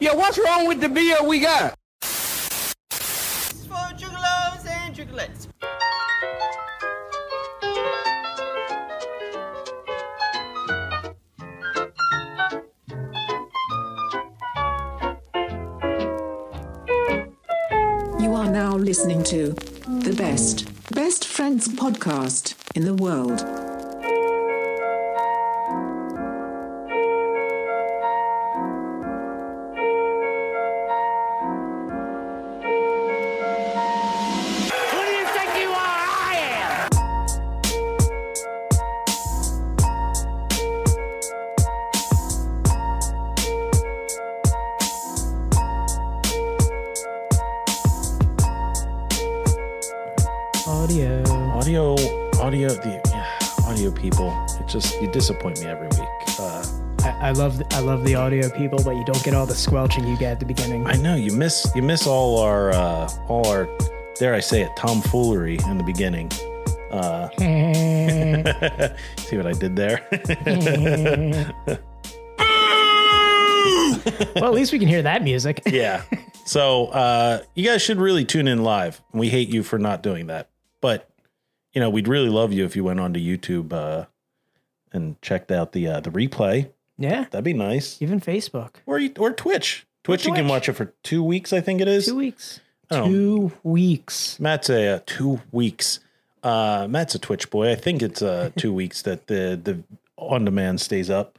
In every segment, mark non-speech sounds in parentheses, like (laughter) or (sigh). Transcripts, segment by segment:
Yeah, what's wrong with the beer we got? for juggalos and juggalettes. You are now listening to the best, best friends podcast in the world. Who do you think you are? I am. audio audio audio the yeah, audio people it just you disappoint me every week uh, I, I love I love the audio people, but you don't get all the squelching you get at the beginning. i know you miss you miss all our uh all our dare i say it tomfoolery in the beginning uh (laughs) see what i did there (laughs) (laughs) well, at least we can hear that music. (laughs) yeah so uh you guys should really tune in live we hate you for not doing that but you know we'd really love you if you went onto youtube uh and checked out the uh the replay Yeah, that'd be nice even Facebook. or you- or Twitch. Twitch, you can Twitch. watch it for two weeks, I think it is. Two weeks. Oh. Two weeks. Matt's a uh, two weeks. Uh, Matt's a Twitch boy. I think (laughs) it's uh, two weeks that the the on demand stays up.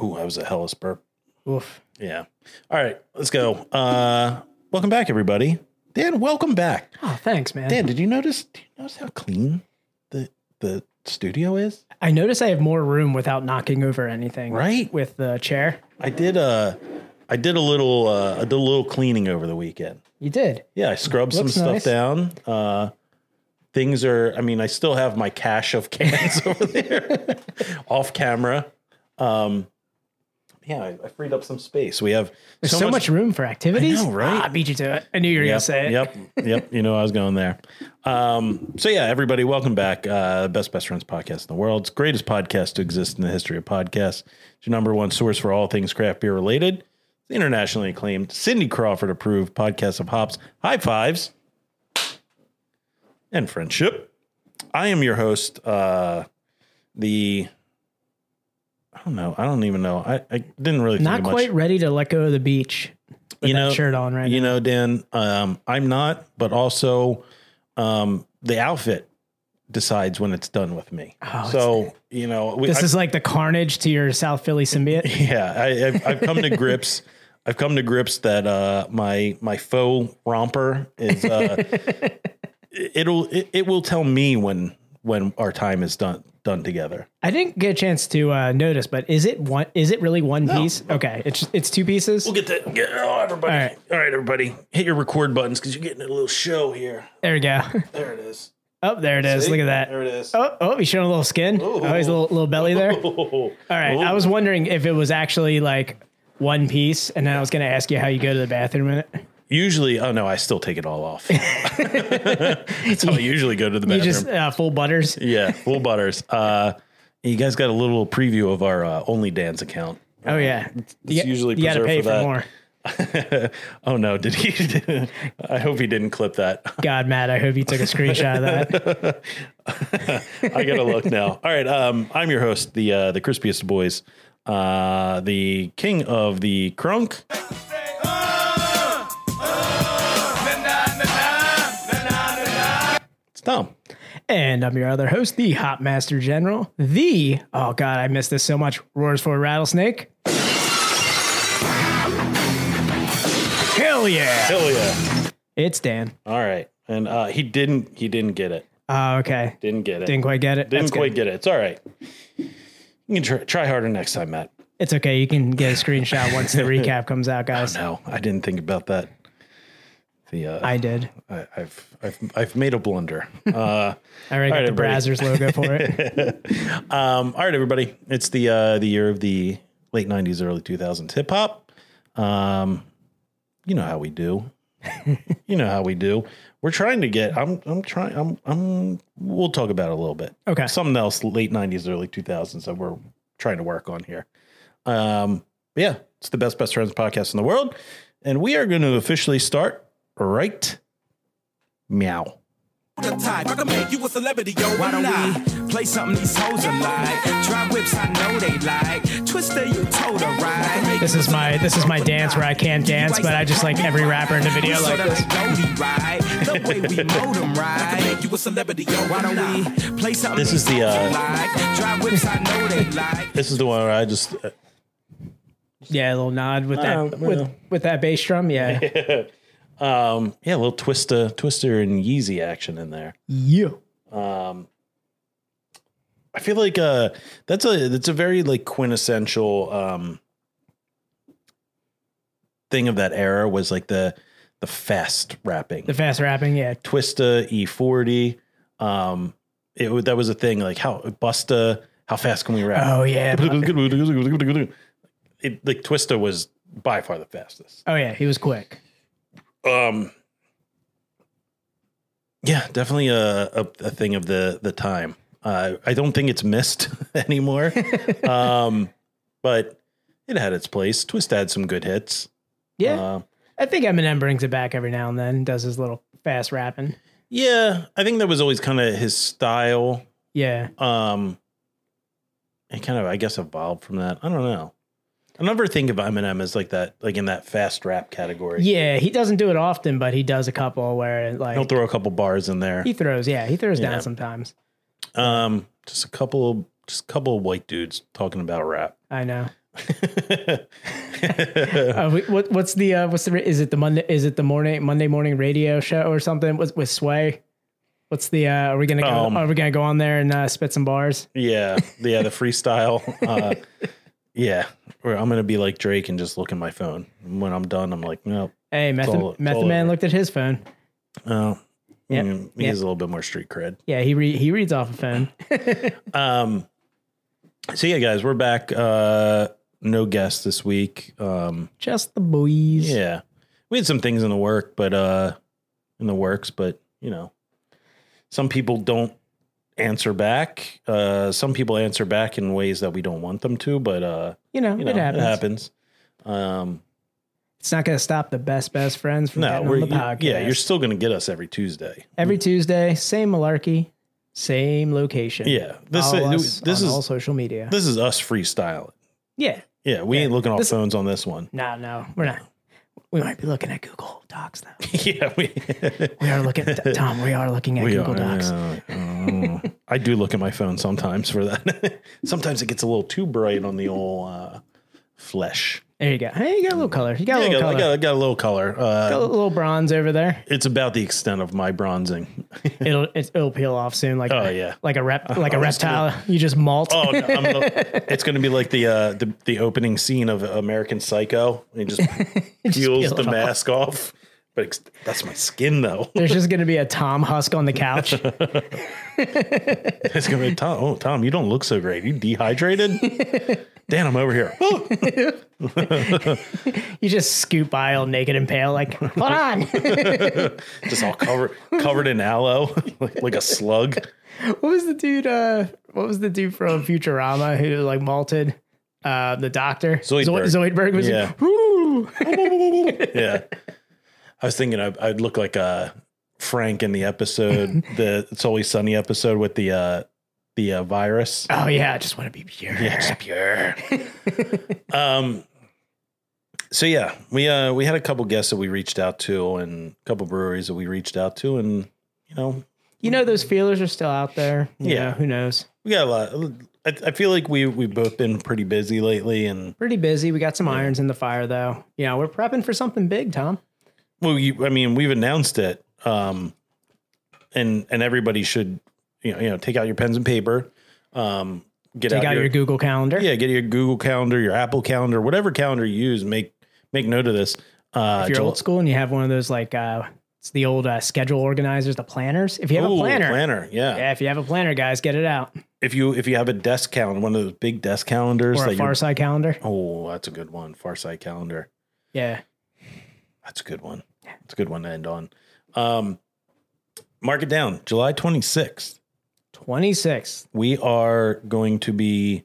Ooh, I was a hellish burp. Oof. Yeah. All right, let's go. Uh, welcome back, everybody. Dan, welcome back. Oh, thanks, man. Dan, did you notice? Do you notice how clean the the studio is? I notice I have more room without knocking over anything. Right. With the chair. I did uh, I did a little uh, I did a little cleaning over the weekend. You did. Yeah, I scrubbed some Looks stuff nice. down. Uh, things are, I mean, I still have my cache of (laughs) cans over there off camera. Um, yeah, I, I freed up some space. We have There's so, much, room for activities. I know, right? Ah, I beat you to it. I knew you were Yep, gonna say it. yep, yep. You know, I was going there. Um, so yeah, everybody, welcome back. Uh, best best friends podcast in the world's greatest podcast to exist in the history of podcasts. It's your number one source for all things craft beer related. It's internationally acclaimed, Cindy Crawford approved podcast of hops, high fives, and friendship. I am your host. Uh, the I don't know. I don't even know. I, I didn't really think Not of much quite ready to let go of the beach. that you know, shirt on right You know, Dan, um, I'm not, but also um, the outfit decides when it's done with me. Oh, it's- so you know, we, This I- is like the carnage to your South Philly symbiote. yeah, I, I've, I've come to grips. (laughs) I've come to grips that uh, my my faux romper is uh, (laughs) it'll it, it will tell me when when our time is done done together. I didn't get a chance to uh, notice, but is it one? Is it really one piece? Okay, it's it's two pieces. We'll get that. Get, oh, everybody! All right. all right, everybody, hit your record buttons because you're getting a little show here. There we go. (laughs) There it is. Oh, there it is. See? Look at that. There it is. (laughs) Oh, oh, he's showing a little skin. Oh, he's a little, little belly there. All Oh. right. I was wondering if it was actually like one piece, and then I was going to ask you how you go to the bathroom in it. Usually, oh no, I still take it all off. (laughs) That's (laughs) how I usually go to the You bathroom. just uh, full butters. yeah, full butters. Uh, you guys got a little preview of our uh, Only Dan's account. Oh yeah. It's usually you gotta preserved pay for for, that. more. (laughs) oh no, did he? (laughs) I hope he didn't clip that. (laughs) God, Matt, I hope you took a screenshot of that. I gotta look now. All right, um, I'm your host, the uh, the crispiest of boys, uh, the king of the crunk. It's Tom. And I'm your other host, the Hop Master General, the oh god, I missed this so much. Roars for a rattlesnake. Hell yeah! Hell yeah. It's Dan. All right, and uh, he didn't. He didn't get it. Oh, okay. Didn't get it. Didn't quite get it. Didn't That's good. quite get it. It's all right. You can try, try harder next time, Matt. It's okay. You can get a screenshot once the recap comes out, (laughs) guys. No, I didn't think about that. The uh, I did. I, I've I've I've made a blunder. (laughs) Uh, I already got All right, the Brazzers logo for (laughs) it. um, all right, everybody. It's the uh, the year of the late '90s, early 2000s hip hop. Um, you know how we do. (laughs) you know how we do. We're trying to get. I'm I'm trying. I'm I'm. We'll talk about it a little bit. Okay. something else late 90s early 2000s that we're trying to work on here um yeah It's the best best friends podcast in the world, and we are going to officially start right. Meow. the type. I can make you a celebrity, yo. Why don't we play something these hoes are like? Dry whips, I know they like. Twister, you told her right. This is my- this is my dance where I can't dance, but I just like every rapper in the video Sorta like this. Goldie, right? The way we (laughs) mold 'em, right? I can make you a celebrity, yo. Why don't we play something This is the, these hoes uh, like? Dry whips, I know they (laughs) like. This is the one where I just uh, Yeah, a little nod with that Oh, with, well. with that bass drum. (laughs) Yeah. yeah, a little twister, twister and Yeezy action in there. yeah. Um, I feel like uh that's a that's a very like quintessential um thing of that era was like the the fast rapping. The fast rapping, yeah. Twista, E40. Um it wa- that was a thing like how Busta, how fast can we rap? Oh (laughs) yeah. It, like Twista was by far the fastest. Oh yeah, he was quick. Um yeah, definitely a, a, a thing of the the time. Uh, I don't think it's missed (laughs) (laughs) anymore. um, but it had its place. Twist had some good hits. Yeah. Uh, I think Eminem brings it back every now and then, does his little fast rapping. yeah, I think that was always kind of his style. Yeah. Um, it kind of, I guess, evolved from that. I don't know. I never think of Eminem as like that, like in that fast rap category. Yeah, he doesn't do it often, but he does a couple where He'll like throw a couple bars in there. he throws, yeah, he throws Yeah. down sometimes. Um, just a couple, just a couple of white dudes talking about rap. I (laughs) know. Uh, we- what, what's the uh, what's the ra- is it the Monday is it the morning Monday morning radio show or something with, with Sway? What's the uh, are we gonna go Um, are we gonna go on there and uh, spit some bars? Yeah, (laughs) yeah, the freestyle. Uh, yeah, where I'm gonna be like Drake and just look at my phone. And when I'm done, I'm like, no, Hey, Method, all- it's Method all Man over. looked at his phone. oh, Yeah, mm, he yeah. has a little bit more street cred. Yeah, he re- he reads off a phone. Um, so yeah, guys, we're back. Uh, no guests this week. Um, Just the boys. yeah, we had some things in the work, but uh, in the works, but you know, some people don't answer back. Uh, some people answer back in ways that we don't want them to, but uh, You know, you know, it happens. It happens. Um, It's not gonna stop the best best friends from No, getting we're on the podcast. yeah, you're still going to get us every Tuesday. every Tuesday, same malarkey, same location. Yeah, This, this is, us this on all is social media. this is us freestyling. yeah. Yeah, we ain't looking off This- phones on (laughs) this one. No, no, we're not. We might be looking at Google Docs though. yeah, (laughs) we We are (laughs) looking, Tom. We are looking at we Google are. Docs. yeah, yeah. I do look at my phone sometimes for that. (laughs) sometimes it gets a little too bright on the old uh, flesh. There you go. Hey, you got a little color. You got Yeah, a I little got, I color. got, I got a little color. Uh, a little bronze over (laughs) there. it's about the extent of my bronzing. It'll it's, it'll peel off soon. Like Oh, yeah. like a rep like a I was reptile. You just molt. (laughs) Oh, no, I'm gonna, it's going to be like the, uh, the the opening scene of American Psycho. (laughs) It just peels peel the it off. mask off. But ex- that's my skin, though. (laughs) There's just gonna be a Tom Husk on the couch. It's going to be Tom. Oh, Tom, you don't look so great. You dehydrated? Dan, I'm over here. Oh, you just scoop by all naked and pale. Like hold on. (laughs) what just all covered covered in aloe, (laughs) like, like a slug. was the dude? Uh, what was the dude from Futurama who like malted? Uh, the doctor Zo- Zoidberg. Zoidberg was Yeah. Woo! Yeah. I was thinking I'd, I'd look like uh, Frank in the episode, the It's Always Sunny episode with the uh, the uh, virus. (laughs) oh yeah, I just want to be pure. Yes, pure. um. So yeah, we uh we had a couple guests that we reached out to, and a couple breweries that we reached out to, and you know (laughs) You know those feelers are still out there. You Yeah. know, who knows? we got a lot. I, I feel like we we've both been pretty busy lately, and pretty busy. We got some irons in the fire though. You know, we're prepping for something big, Tom. well, you, I mean, we've announced it, um, and and everybody should you know you know take out your pens and paper, um, get Take out your Google calendar. yeah, get your Google Calendar, your Apple Calendar, whatever calendar you use, make make note of this. Uh, If you're Jul- old school and you have one of those like uh it's the old uh, schedule organizers, the planners. If you have a Ooh, planner, planner, yeah, if you have a planner, guys, get it out. if you if you have a desk calendar, one of those big desk calendars Or a that you're, Farsight calendar. oh, that's a good one. Farsight calendar. Yeah. That's a good one. It's a good one to end on. Um, mark it down. July 26th. 26th. We are going to be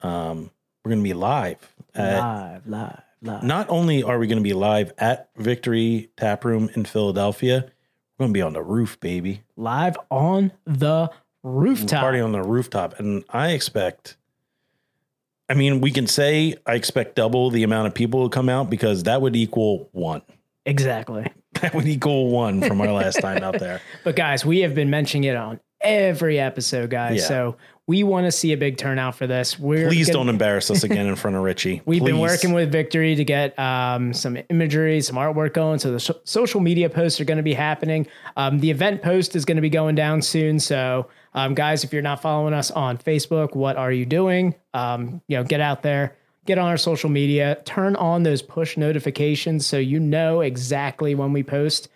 um we're going to be live at Live, live. Not only are we going to be live at Victory Tap Room in Philadelphia, we're going to be on the roof, baby. Live on the rooftop. Party on the rooftop. And I expect, I mean, we can say I expect double the amount of people to come out because that would equal one. (laughs) Exactly. That would equal one from our last time (laughs) out there. But guys, we have been mentioning it on every episode, guys. Yeah. So we want to see a big turnout for this. We're Please gonna- don't embarrass us again in front of Richie. We've been Please. working with Victory to get um, some imagery, some artwork going. So the so- social media posts are going to be happening. Um, the event post is going to be going down soon. So, um, guys, if you're not following us on Facebook, what are you doing? Um, you know, get out there, get on our social media, turn on those push notifications so you know exactly when we post.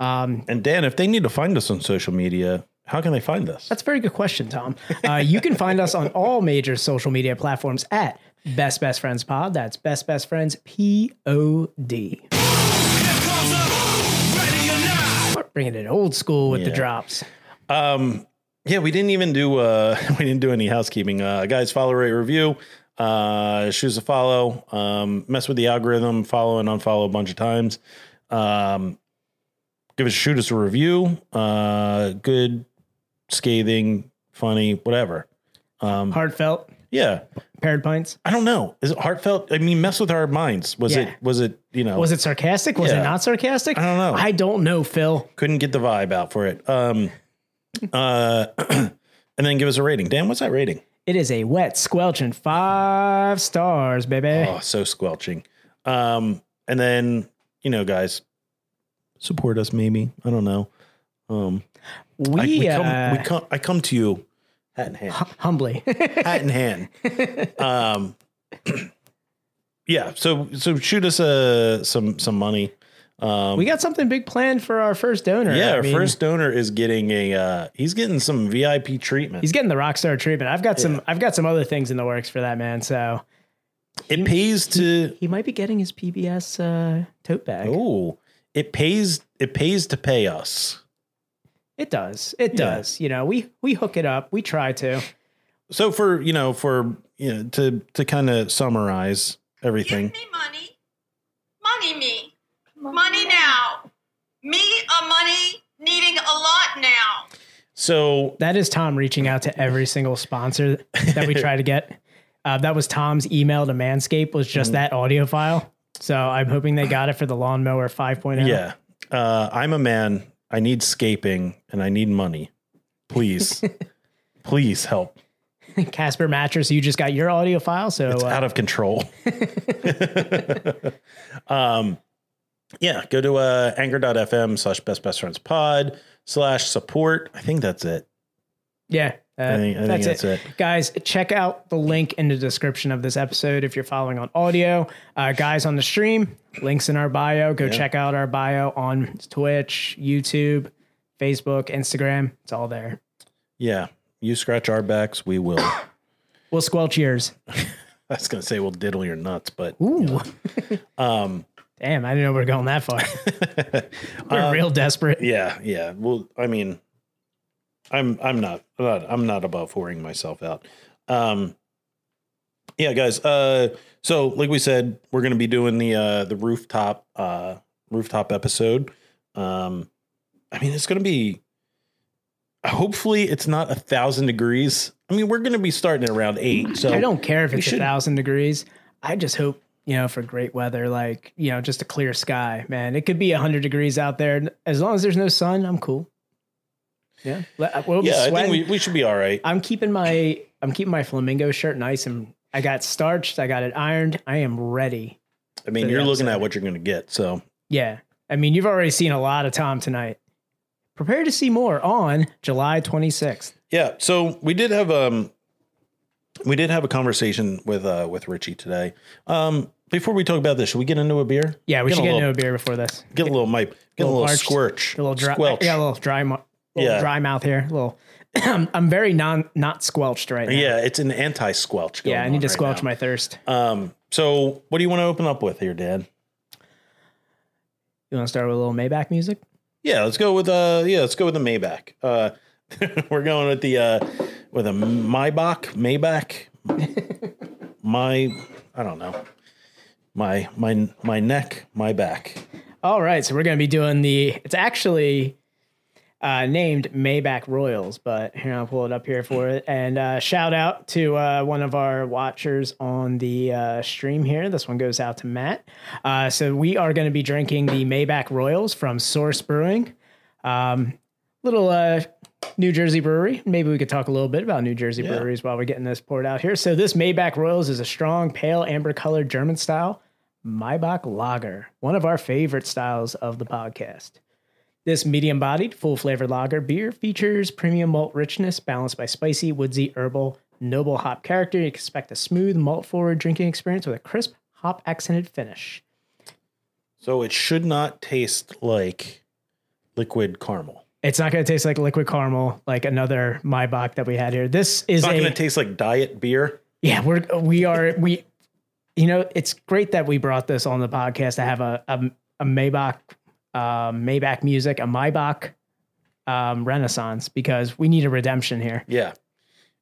And Dan, if they need to find us on social media, how can they find us? That's a very good question, Tom. Uh, you can find us on all major social media platforms at Best Best Friends Pod. That's Best Best Friends P O D. Bringing it old school with the Yeah. drops. Yeah, we didn't even do uh (laughs) we didn't do any housekeeping. Uh guys, follow rate review. Uh shoes to follow. Um mess with the algorithm, follow and unfollow a bunch of times. Um give us shoot us a review. Uh good, scathing, funny, whatever. Um, Heartfelt, Yeah. paired pints. I don't know. Is it heartfelt? I mean, mess with our minds. Was Yeah. it was it, you know, Was it sarcastic? Was Yeah. it not sarcastic? I don't know. I don't know, Phil. couldn't get the vibe out for it. Um uh (clears throat) and then give us a rating. Dan, what's that rating? It is a wet squelching five stars, baby. Oh, so squelching. Um, and then you know, guys, support us. Maybe I don't know. Um, we I, we uh, come, we come, I come to you hat (laughs) in hand, humbly. hat in hand. Um, (clears throat) yeah. So so shoot us uh, some some money. Um, we got something big planned for our first donor. yeah. I our mean, first donor is getting a uh, he's getting some VIP treatment. he's getting the rock star treatment. I've got some I've got some other things in the works for that man. So it pays to he might be getting his PBS uh, tote bag. oh it pays it pays to pay us. It does. It Yeah. does. You know, we we hook it up. We try to. so for you know for you know to to kind of summarize Give everything me money. Money me. Money now. Me a money needing a lot now. so That is Tom reaching out to every single sponsor that we try to (laughs) get. Uh, that was Tom's email to Manscaped was just that audio file. So I'm hoping they got it for the lawnmower oh. 5.0. yeah uh i'm a man i need scaping and i need money please please help (laughs) Casper mattress. You just got your audio file. So it's uh, out of control um yeah go to uh anchor.fm slash best best friends pod slash support i think that's it yeah, uh, I think- I think that's, that's it. Guys, check out the link in the description of this episode if you're following on audio. Uh, guys on the stream, links in our bio. Go check out our bio on Twitch, YouTube, Facebook, Instagram. It's all there. yeah you scratch our backs we will i We'll squelch yours. was gonna say we'll diddle your nuts but Ooh. (laughs) Um, Damn, I didn't know we were going that far. we're real Um, desperate. Yeah, yeah. Well, I mean, I'm I'm not I'm not- I'm not above whoring myself out. Um, yeah, guys. Uh, so like we said, we're gonna be doing the uh the rooftop uh rooftop episode. Um, I mean, it's gonna be. Hopefully, it's not a thousand degrees. I mean, we're gonna be starting at around eight. So I don't care if we it's a should- thousand degrees. I just hope, you know, for great weather, like, you know, just a clear sky, man. It could be 100 degrees out there. As long as there's no sun, I'm cool. Yeah. Let- We'll be Yeah, I think sweating. we, we should be all right. I'm keeping my I'm keeping my flamingo shirt nice and I got starched, I got it ironed. I am ready. I mean, for the you're looking episode. at what you're gonna get. So Yeah. I mean, you've already seen a lot of Tom tonight. Prepare to see more on July 26th. Yeah. So we did have um we did have a conversation with uh with Richie today. Um before we talk about this, should we get into a beer? Yeah, we should get into a a little, beer before this. get a little mipe, get a little little parched, squirch, A little dry, squelch. yeah, a little dry, mo- little Yeah. dry mouth here. A little, (clears throat) I'm very non not squelched right now. Yeah, it's an anti-squelch. yeah. I need to squelch my. my thirst. Um, so what do you want to open up with here, Dan? You want to start with a little Maybach music? Yeah, let's go with uh yeah, let's go with the Maybach. Uh (laughs) we're going with the uh with (laughs) a Maybach, Maybach. My I don't know. my my my neck, my back. All right, so we're going to be doing the. It's actually uh, named Maybach Royals, but here I'll pull it up here for it. And uh, shout out to uh, one of our watchers on the uh, stream here. This one goes out to Matt. Uh, so we are going to be drinking the Maybach Royals from Source Brewing, um, little uh, New Jersey brewery. Maybe we could talk a little bit about New Jersey breweries while we're getting this poured out here. So this Maybach Royals is a strong, pale, amber-colored German style Maybach Lager, one of our favorite styles of the podcast. This medium bodied, full flavored lager beer features premium malt richness balanced by spicy, woodsy, herbal, noble hop character. You expect a smooth, malt forward drinking experience with a crisp, hop accented finish. So it should not taste like liquid caramel. It's not going to taste like liquid caramel, like another Maybach that we had here. This is It's not a going to taste like diet beer. yeah. We're we are we, you know, it's great that we brought this on the podcast to have a a, a Maybach, uh, Maybach music, a Maybach um, renaissance because we need a redemption here. Yeah.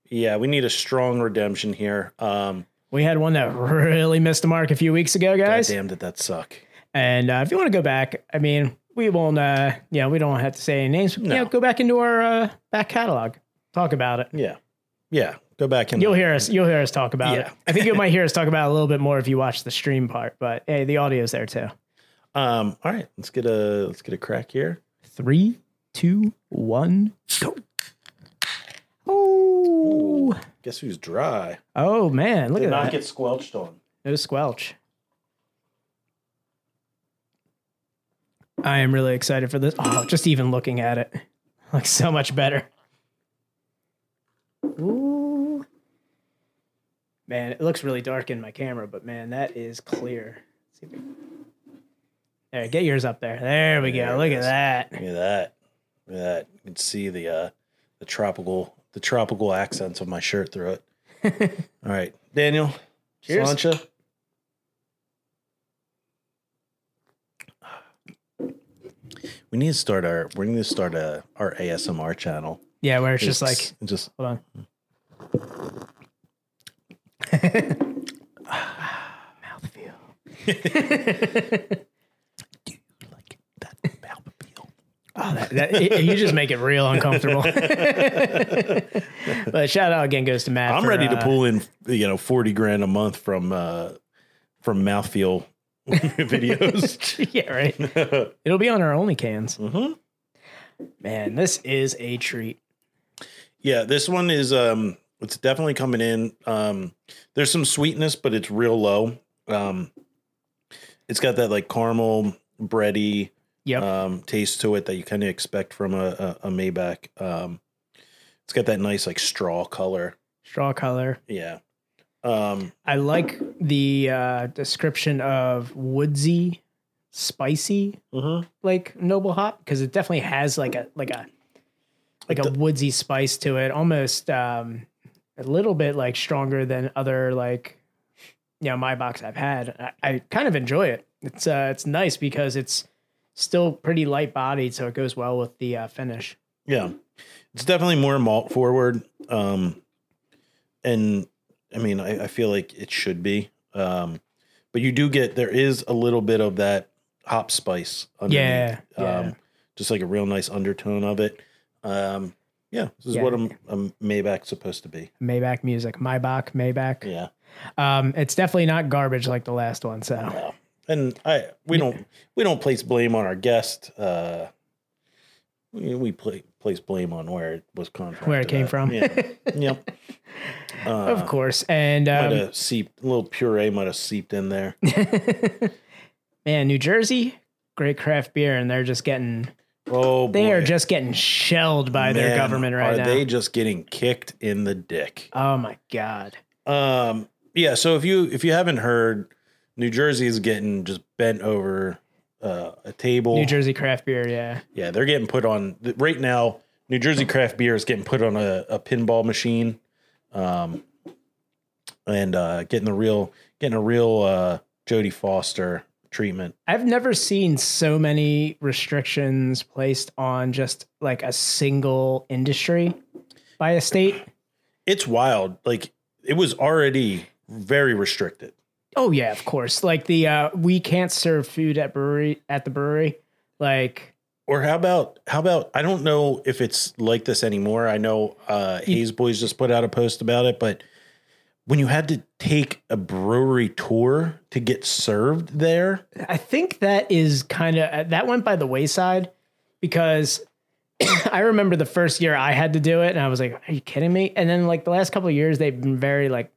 Yeah, we need a strong redemption here. Um We had one that really missed the mark a few weeks ago, guys. goddamn did that suck. And uh, if you want to go back, I mean, we won't. Uh, yeah, we don't have to say any names. No. Yeah, go back into our uh, back catalog. Talk about it. Yeah. Yeah. Go back and You'll hear us. You'll hear us talk about it. Yeah. I think you might hear us talk about it a little bit more if you watch the stream part. But hey, the audio's there too. Um all right, let's get a let's get a crack here. Three, two, one, go. Oh, Guess who's dry? oh man! Look Did at not that. get squelched on. No squelch. I am really excited for this. Oh, just even looking at it looks so much better. Ooh. Man, it looks really dark in my camera, but man, that is clear. Let's see if we- There, get yours up there. There we There go. it Look is. at that. Look at that. Look at that. You can see the uh the tropical the tropical accents of my shirt through it. (laughs) all right. Daniel. Cheers. Slancha. We need to start our we need to start a our ASMR channel. Yeah, where it's just like, just hold on. (laughs) Mouthfeel. (laughs) like that palpable. Oh, that, that, it- it- you just make it real uncomfortable. (laughs) but shout out again goes to Matt. I'm for, ready to uh, pull in, you know, forty grand a month from uh from mouthfeel (laughs) (laughs) videos. (laughs) yeah, (laughs) right. It'll be on our only cans. Mm-hmm. Man, this is a treat. yeah, this one is um it's definitely coming in. Um there's some sweetness, but it's real low. Um it's got that like caramel bready Yep. um taste to it that you kind of expect from a, a, a Maybach. Um it's got that nice like straw color. Straw color. Yeah. Um I like the uh, description of woodsy, spicy, like noble hop because it definitely has like a like a like a woodsy spice to it, almost um, a little bit like stronger than other like you know my box I've had. I, I kind of enjoy it. It's uh, it's nice because it's still pretty light bodied, so it goes well with the uh, finish. Yeah. It's definitely more malt forward. Um and I mean I, I feel like it should be. Um but you do get there is a little bit of that hop spice Yeah, Um yeah. just like a real nice undertone of it. Um yeah, this is Yeah. what a, a Maybach's supposed to be. Maybach music, Maybach, Maybach. Yeah. Um, it's definitely not garbage like the last one. So And I we don't we don't place blame on our guest. Uh we, we play, place blame on where it was contracted. where it came at. from, (laughs) Yeah. yep. of course. And might um, have seeped a little puree might have seeped (laughs) in there. man, New Jersey, great craft beer, and they're just getting Oh, they are boy. just getting shelled by their Man, government right are now. they just getting kicked in the dick? oh my god. Um, yeah. So if you if you haven't heard, New Jersey is getting just bent over uh, a table. New Jersey craft beer, yeah. Yeah, they're getting put on th- right now. New Jersey craft beer is getting put on a, a pinball machine, um, and uh, getting the real getting a real uh, Jodie Foster treatment. I've never seen so many restrictions placed on just like a single industry by a state. it's wild. Like it was already very restricted. Oh yeah, of course. Like the uh, we can't serve food at brewery at the brewery. Like Or how about how about I don't know if it's like this anymore. I know uh Hayes Boys just put out a post about it, but when you had to take a brewery tour to get served there, I think that is kind of that went by the wayside because (clears throat) I remember the first year I had to do it and I was like, are you kidding me? And then like the last couple of years they've been very like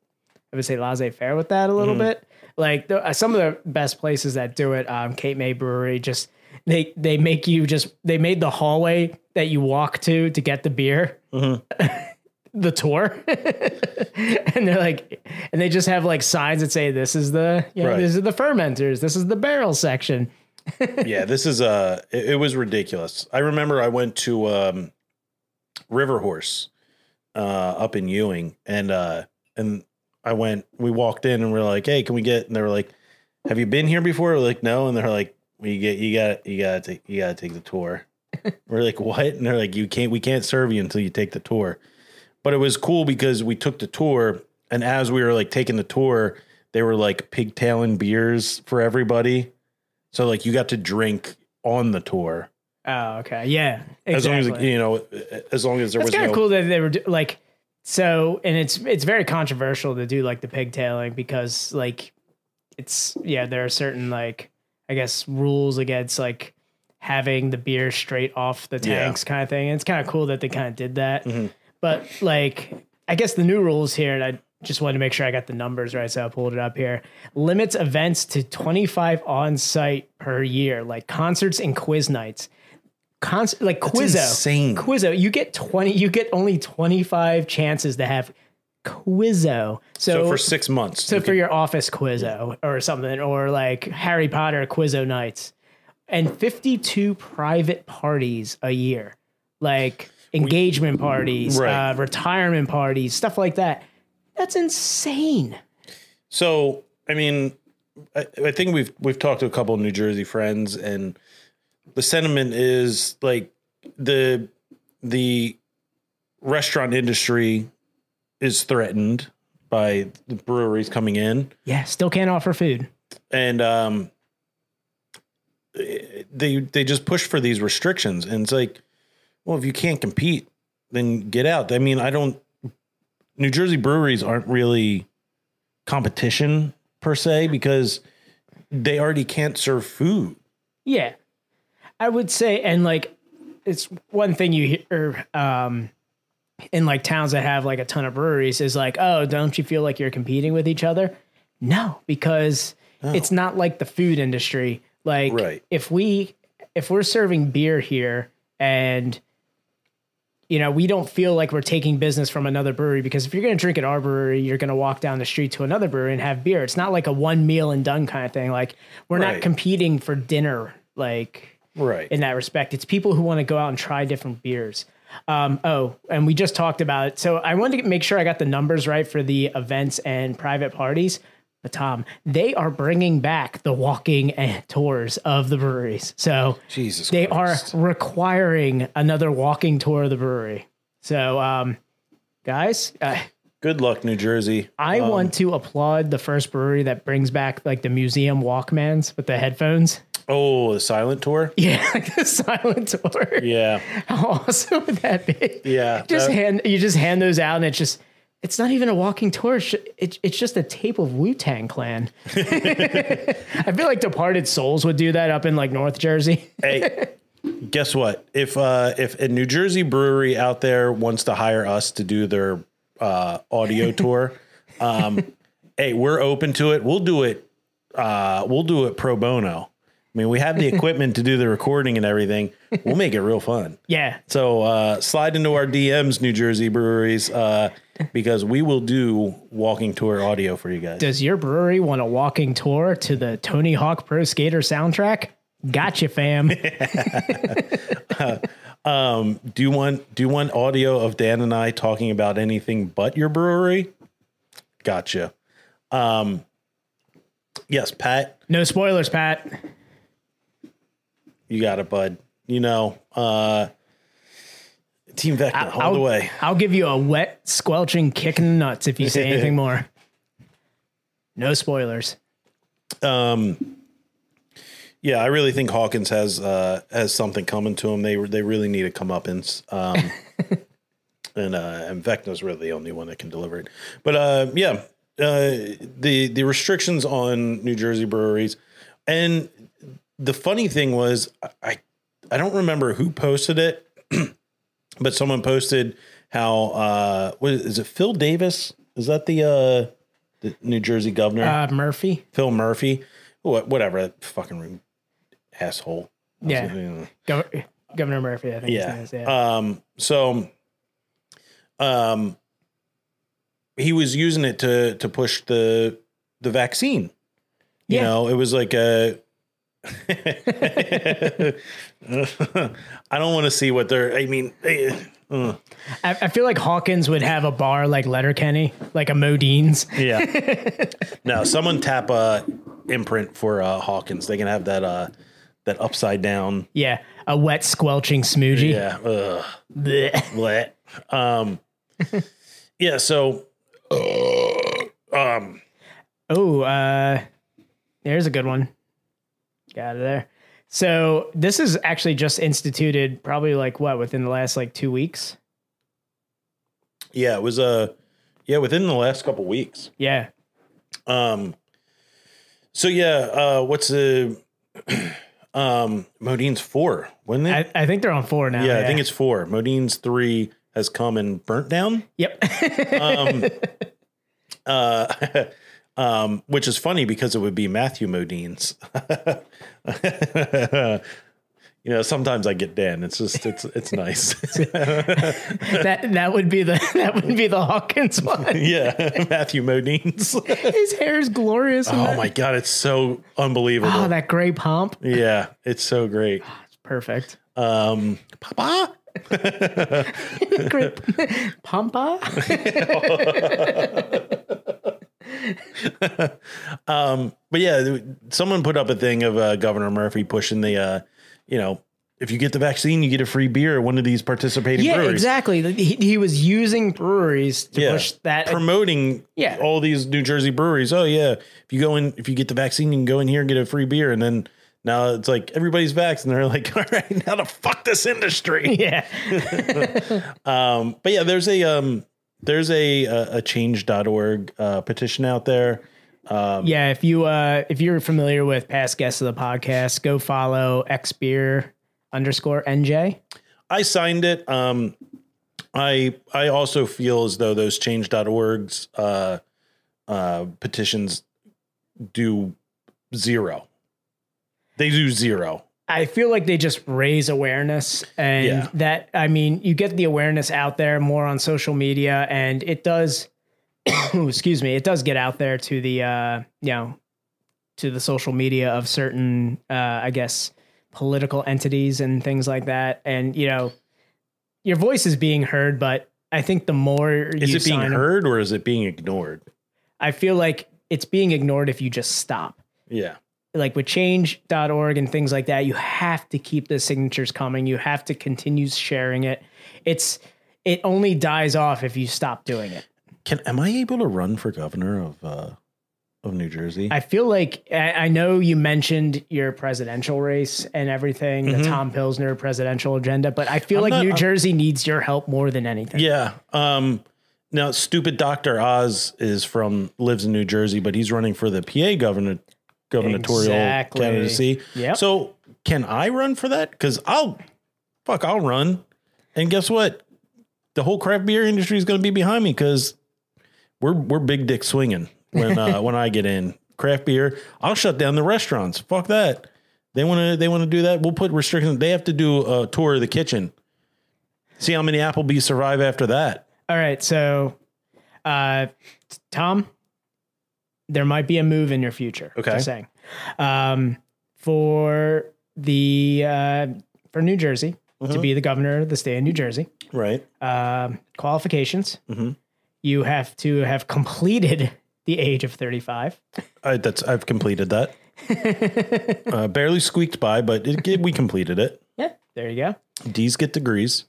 I would say laissez faire with that a little Mm-hmm. bit. Like the, uh, some of the best places that do it, um, Cape May Brewery, just they they make you just they made the hallway that you walk to to get the beer. Mm-hmm. (laughs) The tour, (laughs) and they're like, and they just have like signs that say, "This is the, you know, Right. this is the fermenters, this is the barrel section." yeah, this is uh it, it was ridiculous. I remember I went to um River Horse uh up in Ewing and uh and I went we walked in and we are like, "Hey, can we get?" and they were like, "Have you been here before?" We're like, "No." And they're like, "We get you got you got to take you got to take the tour." we're like, "What?" And they're like, "You can't we can't serve you until you take the tour." But it was cool because we took the tour and as we were like taking the tour, they were like pigtailing beers for everybody. So like you got to drink on the tour Oh, okay, yeah. as long as exactly. you know as long as there It's was kind of no cool that they were do- like so, and it's it's very controversial to do like the pigtailing because like it's yeah there are certain like I guess rules against like having the beer straight off the Yeah. Mm-hmm. tanks kind of thing. And it's kind of cool that they kind of did that, but like I guess the new rules here and I. Just wanted to make sure I got the numbers right, so I pulled it up here. Limits events to 25 on site per year, like concerts and quiz nights. Concert, like Quizzo. insane. Quizzo, you get 20, you get only 25 chances to have Quizzo. So, so for six months. so you for could- your office Quizzo or something, or like Harry Potter Quizzo nights, and 52 private parties a year, like engagement parties, Right. uh, retirement parties, stuff like that. That's insane. so I mean, I, I think we've we've talked to a couple of New Jersey friends, and the sentiment is like the the restaurant industry is threatened by the breweries coming in. Yeah, still can't offer food. and um they they just push for these restrictions and it's like well if you can't compete then get out i mean i don't new jersey breweries aren't really competition per se because they already can't serve food Yeah. I would say, and like, it's one thing you hear um, in like towns that have like a ton of breweries is like, oh, don't you feel like you're competing with each other? No, because it's not like the food industry. Like, Right. if we if we're serving beer here and you know we don't feel like we're taking business from another brewery because if you're going to drink at our brewery you're going to walk down the street to another brewery and have beer it's not like a one meal and done kind of thing like we're Right. not competing for dinner like right in that respect. It's people who want to go out and try different beers. Um, oh, and we just talked about it. So I wanted to make sure I got the numbers right for the events and private parties. But Tom, they are bringing back the walking (laughs) and tours of the breweries. So Jesus they Christ. are requiring another walking tour of the brewery. So, um, guys, uh, good luck new jersey I want to applaud the first brewery that brings back like the museum Walkmans with the headphones. (laughs) oh the silent (laughs) tour Yeah, like the silent tour. yeah (laughs) How awesome would that be? Yeah, Just that- hand you just hand those out, and it's just it's not even a walking tour. It's ju- it- it's just a tape of Wu Tang Clan. (laughs) I feel like Departed Souls would do that up in like North Jersey. (laughs) hey guess what if uh if a new jersey brewery out there wants to hire us to do their uh audio tour um hey we're open to it we'll do it uh we'll do it pro bono i mean we have the equipment to do the recording and everything we'll make it real fun Yeah, so uh slide into our dms new jersey breweries uh because we will do walking tour audio for you guys does your brewery want a walking tour to the Tony Hawk Pro Skater soundtrack? Gotcha, fam. do you want do you want audio of Dan and I talking about anything but your brewery? Gotcha. Um yes, Pat, no spoilers, (laughs) Pat. you got it, bud. You know, uh Team Vecna, all the way. I'll give you a (laughs) wet, squelching kick in the nuts if you say anything more. No spoilers. Um, yeah, I really think Hawkins has uh, has something coming to him. They they really need a comeuppance. Um, and uh, and Vecna's really the only one that can deliver it. But uh, yeah, uh, the the restrictions on New Jersey breweries, and the funny thing was, I I don't remember who posted it, (clears throat) but someone posted how uh, what is, is it? Phil Davis is that the uh, the New Jersey governor? Uh, Murphy, Phil Murphy, wha- whatever that fucking room asshole. I was Yeah. gonna- Gov- Governor Murphy, I think. yeah. His name is, yeah. Um. So, um, he was using it to to push the the vaccine. You Yeah. know, it was like a. (laughs) I don't want to see what they're. I mean, eh, uh, I, I feel like Hawkins would have a bar like Letterkenny, like a Modine's. yeah. (laughs) no, someone tap a imprint for uh, Hawkins. They can have that uh that upside down. Yeah, a wet squelching smoothie. (laughs) Yeah. Ugh. Blech. Bleh. Um. yeah. So. um. Oh, uh, there's a good one. Got it there. So this is actually just instituted, probably like what within the last like two weeks. Yeah, it was uh, yeah within the last couple weeks. Yeah, Um, so yeah, uh, what's the (clears throat) um Modine's four? Wasn't it? I, I think they're on four now. oh, yeah, I think it's four. Modine's three has come and burnt down. yep. (laughs) Um, uh, um, which is funny because it would be Matthew Modine's. (laughs) you know, sometimes I get Dan. It's just it's it's nice. (laughs) that that would be the (laughs) that would be the Hawkins (laughs) one. yeah, Matthew (laughs) Modine's. His hair is glorious. in oh that. my god, it's so unbelievable. Oh, that gray pomp. Yeah, it's so great. Perfect. Um, Papa. Gray (laughs) pompa. Um, but yeah, someone put up a thing of uh, Governor Murphy pushing the, uh, you know, if you get the vaccine, you get a free beer at one of these participating Yeah, breweries. exactly. He, he was using breweries to Yeah. push that. Promoting Yeah. all these New Jersey breweries. Oh yeah, if you go in, if you get the vaccine, you can go in here and get a free beer. And then now it's like everybody's vaxxed, and they're (laughs) like, all right, now to fuck this (laughs) industry. (laughs) yeah. Um, but yeah, there's a um, there's a a, a change.org uh, petition out there. Yeah, if you uh if you're familiar with past guests of the podcast, go follow xbeer underscore nj. I signed it. Um, I I also feel as though those change.org's uh, uh, petitions do zero. They do zero. I feel like they just raise awareness and Yeah. that I mean, you get the awareness out there more on social media and it does (clears throat) excuse me, it does get out there to the uh you know to the social media of certain uh I guess political entities and things like that. And you know, your voice is being heard, but I think the more Is you it being sign up- heard or is it being ignored? I feel like it's being ignored if you just stop. Yeah. Like with change.org and things like that, you have to keep the signatures coming. You have to continue sharing it. It's it only dies off if you stop doing it. Can am I able to run for governor of uh, of New Jersey? I feel like I I know you mentioned your presidential race and everything, the Tom Pilsner presidential agenda, but I feel Mm-hmm. I'm like not- New I'm- Jersey needs your help more than anything. yeah. Um, now, stupid Doctor Oz is from lives in New Jersey, but he's running for the PA governor gubernatorial Exactly. candidacy. Yep. So can I run for that? Because I'll fuck, I'll run. And guess what? The whole craft beer industry is going to be behind me because we're we're big dick swinging (laughs) when uh, when I get in craft beer. I'll shut down the restaurants. Fuck that. They want to they want to do that. We'll put restrictions. They have to do a tour of the kitchen. See how many Applebee's survive after that. All right, so uh t- Tom, there might be a move in your future. Okay. Just saying. Um for the uh for New Jersey Mm-hmm. to be the governor of the state of New Jersey. Right. Um qualifications. Mhm. You have to have completed the age of 35. I, that's I've completed that. (laughs) uh, barely squeaked by, but it, it- we completed it. Yeah. There you go. D's get degrees.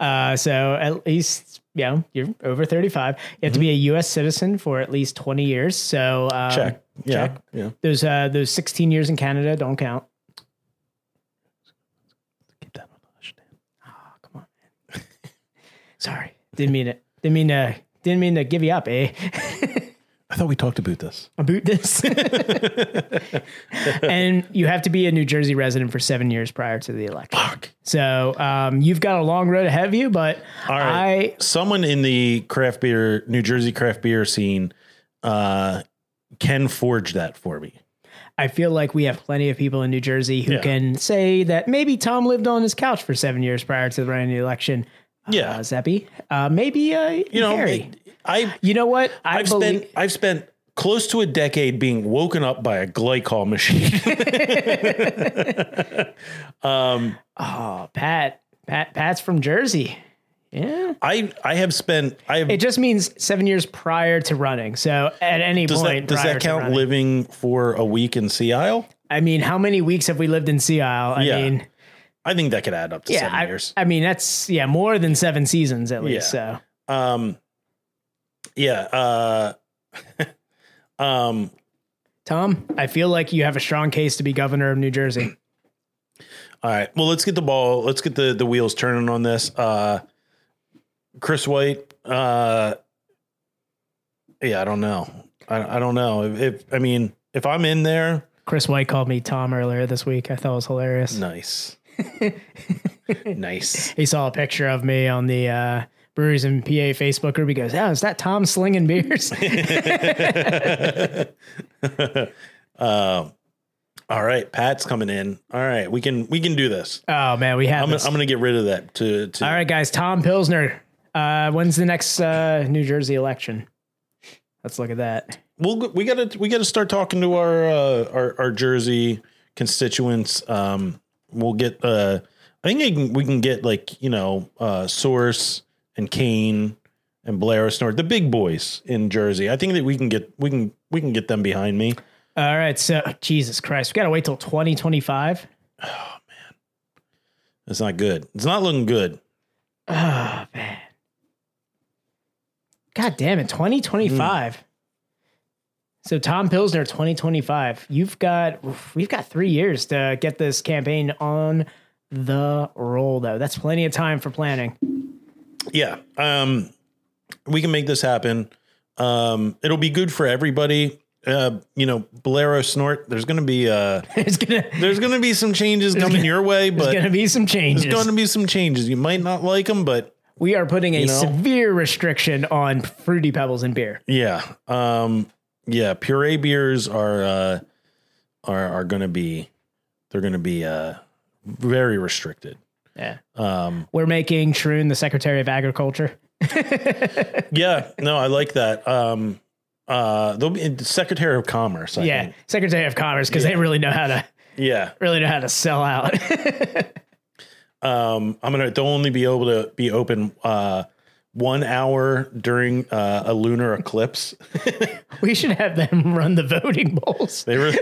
Uh, so at least, you know, you're over 35. You have to be a U.S. citizen for at least 20 years. So um, Mm-hmm. Uh-huh. Check. Yeah. Yeah. Those uh, those 16 years in Canada don't count. Keep that on the hush, Dan. Oh, come on, man. Sorry, didn't mean it. Didn't mean to. Didn't mean to give you up, eh? (laughs) I thought we talked about this. About this. (laughs) and you have to be a New Jersey resident for seven years prior to the election. Fuck. So um, you've got a long road ahead of you, but All I right. Someone in the craft beer, New Jersey craft beer scene, uh, can forge that for me. I feel like we have plenty of people in New Jersey who Yeah. can say that maybe Tom lived on his couch for seven years prior to running the election. Yeah. Uh, Zeppy, uh, maybe uh, you know, Harry. I you know what? I I've believe- spent I've spent close to a decade being woken up by a glycol (laughs) machine. um, Oh, Pat, Pat, Pat's from Jersey. Yeah, I I have spent I have it just means seven years prior to running. So at any does point, that does prior that to count running. living for a week in Sea Isle? I mean, how many weeks have we lived in Sea Isle? I Yeah. mean, I think that could add up to yeah, seven I, years. I mean that's yeah more than seven seasons at least. So Um, yeah. Uh, (laughs) um, Tom, I feel like you have a strong case to be governor of New Jersey. (clears throat) All right. Well, let's get the ball. Let's get the the wheels turning on this. Uh, Chris White. Uh, yeah, I don't know. I, I don't know if, if I mean if I'm in there. Chris White called me Tom earlier this week. I thought it was hilarious. Nice. nice. He saw a picture of me on the uh, Breweries and PA Facebook group. He goes, "Oh, is that Tom slinging beers?" (laughs) Um, all right, Pat's coming in. All right, we can we can do this. oh man, we have. I'm gonna, this. I'm gonna get rid of that. To, to All right, guys. Tom Pilsner. Uh, when's the next uh, New Jersey election? Let's look at that. we'll go- we gotta we gotta start talking to our uh, our, our Jersey constituents. Um, we'll get uh, I think I can, we can get like you know uh, Source and Kane and Blair Snort the big boys in Jersey. I think that we can get we can we can get them behind me. All right. So Jesus Christ, we gotta wait till 2025. It's not good. It's not looking good. Oh man. God damn it, 2025. So Tom Pilsner, 2025. You've got oof, we've got three years to get this campaign on the roll, though. That's plenty of time for planning. (laughs) Yeah. Um, we can make this happen. Um, it'll be good for everybody. Uh, you know, Bolero snort. There's gonna be uh, There's gonna there's gonna be some changes coming your way, there's but gonna be some changes. There's going to be some changes. You might not like them, but we are putting a You know? severe restriction on fruity pebbles and beer. yeah, um, yeah. Puree beers are uh, are are going to be they're going to be uh, very restricted. Yeah. Um, We're making Shroon the Secretary of Agriculture. yeah, no, I like that. Um, uh, they'll be Secretary of Commerce. I yeah, think. Secretary of Commerce because they Yeah. really know how to yeah. really know how to sell out. (laughs) Um, I'm gonna they'll only be able to be open uh, one hour during uh, a lunar eclipse. we should have them run the voting polls. They really.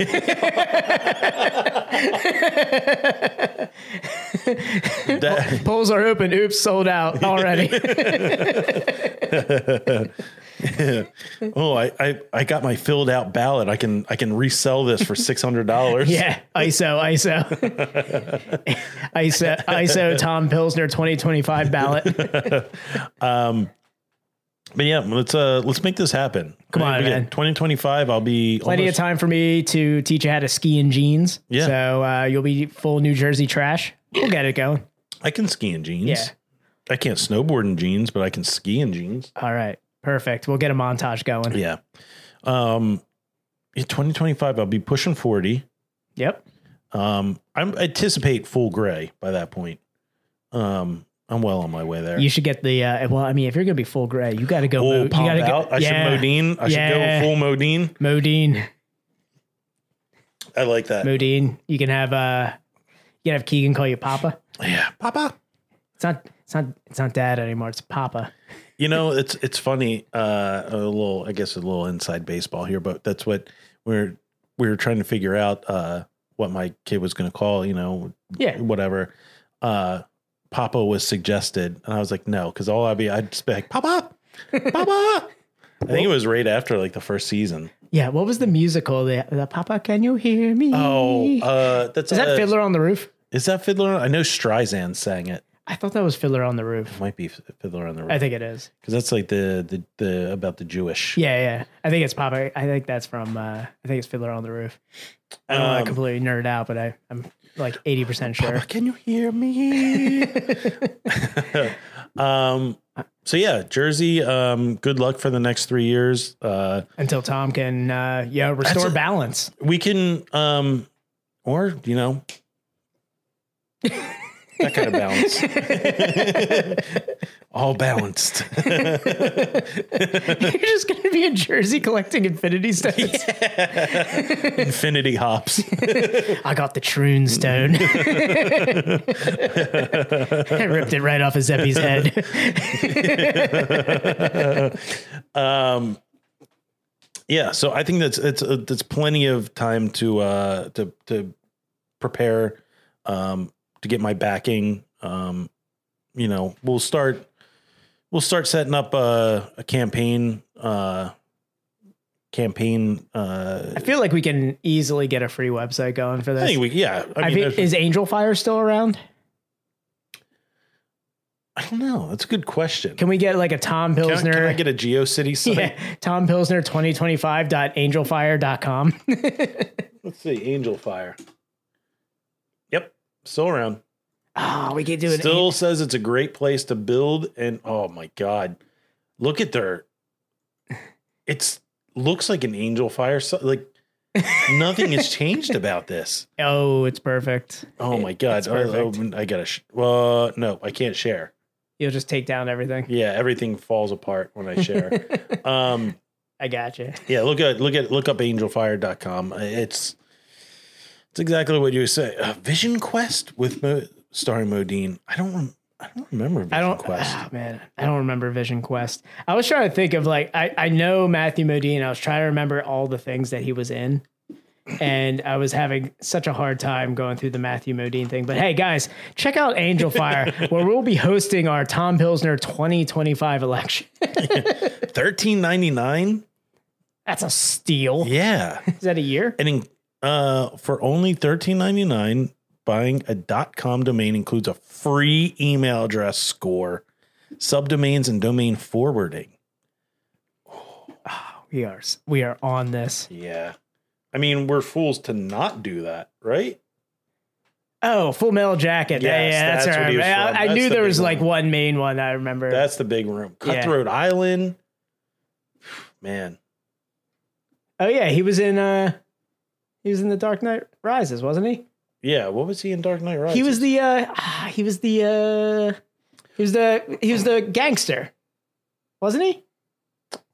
(laughs) That- polls are open. Oops, sold out (laughs) already. oh, I, I I got my filled out ballot. I can I can resell (laughs) this for six hundred dollars. yeah, ISO, (laughs) ISO, ISO, ISO. Tom Pilsner, twenty twenty five (laughs) ballot. but yeah, let's uh let's make this happen. Come on, man. Twenty twenty five. I'll be Plenty of almost- time for me to teach you how to ski in jeans. Yeah. So uh, you'll be full New Jersey trash. We'll get it going. I can ski in jeans. Yeah. I can't snowboard in jeans, but I can ski in jeans. All right. Perfect. We'll get a montage going. Yeah. Um, twenty twenty five. I'll be pushing forty. Yep. Um, I'm anticipate full gray by that point. Um, I'm well on my way there. You should get the uh, well. I mean, if you're gonna be full gray, you got to go. Oh, mo- pop you gotta out. I should Modine. I Yeah. should go full Modine. Modine. I like that. Modine. You can have uh, you can have Keegan call you Papa. Yeah. Papa. It's not. It's not. It's not Dad anymore. It's Papa. You know, it's it's funny. Uh, a little, I guess, a little inside baseball here, but that's what we're we were trying to figure out uh, what my kid was going to call. You know, Yeah. whatever. Uh, Papa was suggested, and I was like, no, because all I'd be, I'd just be like, Papa, Papa. I think it was right after like the first season. Yeah, what was the musical? The, the Papa, can you hear me? Oh, uh, that's is uh, that Fiddler on the Roof? Is that Fiddler? I know Streisand sang it. I thought that was Fiddler on the Roof. It might be Fiddler on the I Roof think it is. because that's like the, the the about the Jewish. Yeah, yeah. I think it's Papa. I think that's from. Uh, I think it's Fiddler on the Roof. I don't Um, want to completely nerd out, but I, I'm like eighty percent sure. Papa, can you hear me? (laughs) um. So yeah, Jersey. Um. Good luck for the next three years. Uh. Until Tom can, uh, yeah, restore a- balance. We can. Um. Or you know. that kind of balance. (laughs) All balanced. You're just gonna be in Jersey collecting Infinity Stones. Infinity hops. (laughs) I got the Troon Stone. (laughs) I ripped it right off of Zeppy's head. um yeah so i think that's it's uh, that's plenty of time to uh to to prepare um to get my backing um you know we'll start we'll start setting up uh, a, a campaign uh campaign uh I feel like we can easily get a free website going for this. i think we yeah i I mean think, there's- is Angel Fire still around? i don't know that's a good question Can we get like a Tom Can I- Pilsner? can I get a geocity site (laughs) yeah, Tom Pilsner 2025.angelfire.com. let's see angel fire yep still around (laughs) oh, we could do an still says it's a great place to build and oh my god look at their it's looks like an angel fire so, like nothing has changed (laughs) about this Oh, it's perfect. oh my god it's I, I- perfect. I gotta sh- uh, no i can't share You'll just take down everything. yeah everything falls apart when i share (laughs) um I got you. yeah look at look at look up angelfire.com it's it's exactly what you say uh, vision quest with Mo- starring modine i don't rem- i don't remember vision I don't quest ah, man, I don't remember Vision Quest. I was trying to think of like I, I know Matthew Modine. I was trying to remember all the things that he was in. And I was having such a hard time going through the Matthew Modine thing. But hey guys, check out Angel Fire, (laughs) where we'll be hosting our Tom Pilsner 2025 election. 1399 That's a steal. Yeah. Is that a year? And in, uh, for only thirteen ninety nine, buying a dot com domain includes a free email address score, subdomains, and domain forwarding. We are s- we are on this. Yeah. I mean, we're fools to not do that, right? Oh, Full Metal Jacket. Yeah, Yes, yeah, that's, that's what right. he was I, from. I That's knew the there big was like one. one main one I remember. That's the big room. Yeah. Cutthroat Island. (sighs) Man. oh yeah, he was in uh he was in The Dark Knight Rises, wasn't he? Yeah. What was he in Dark Knight Rises? He was the uh ah, he was the uh he was the he was the gangster. Wasn't he?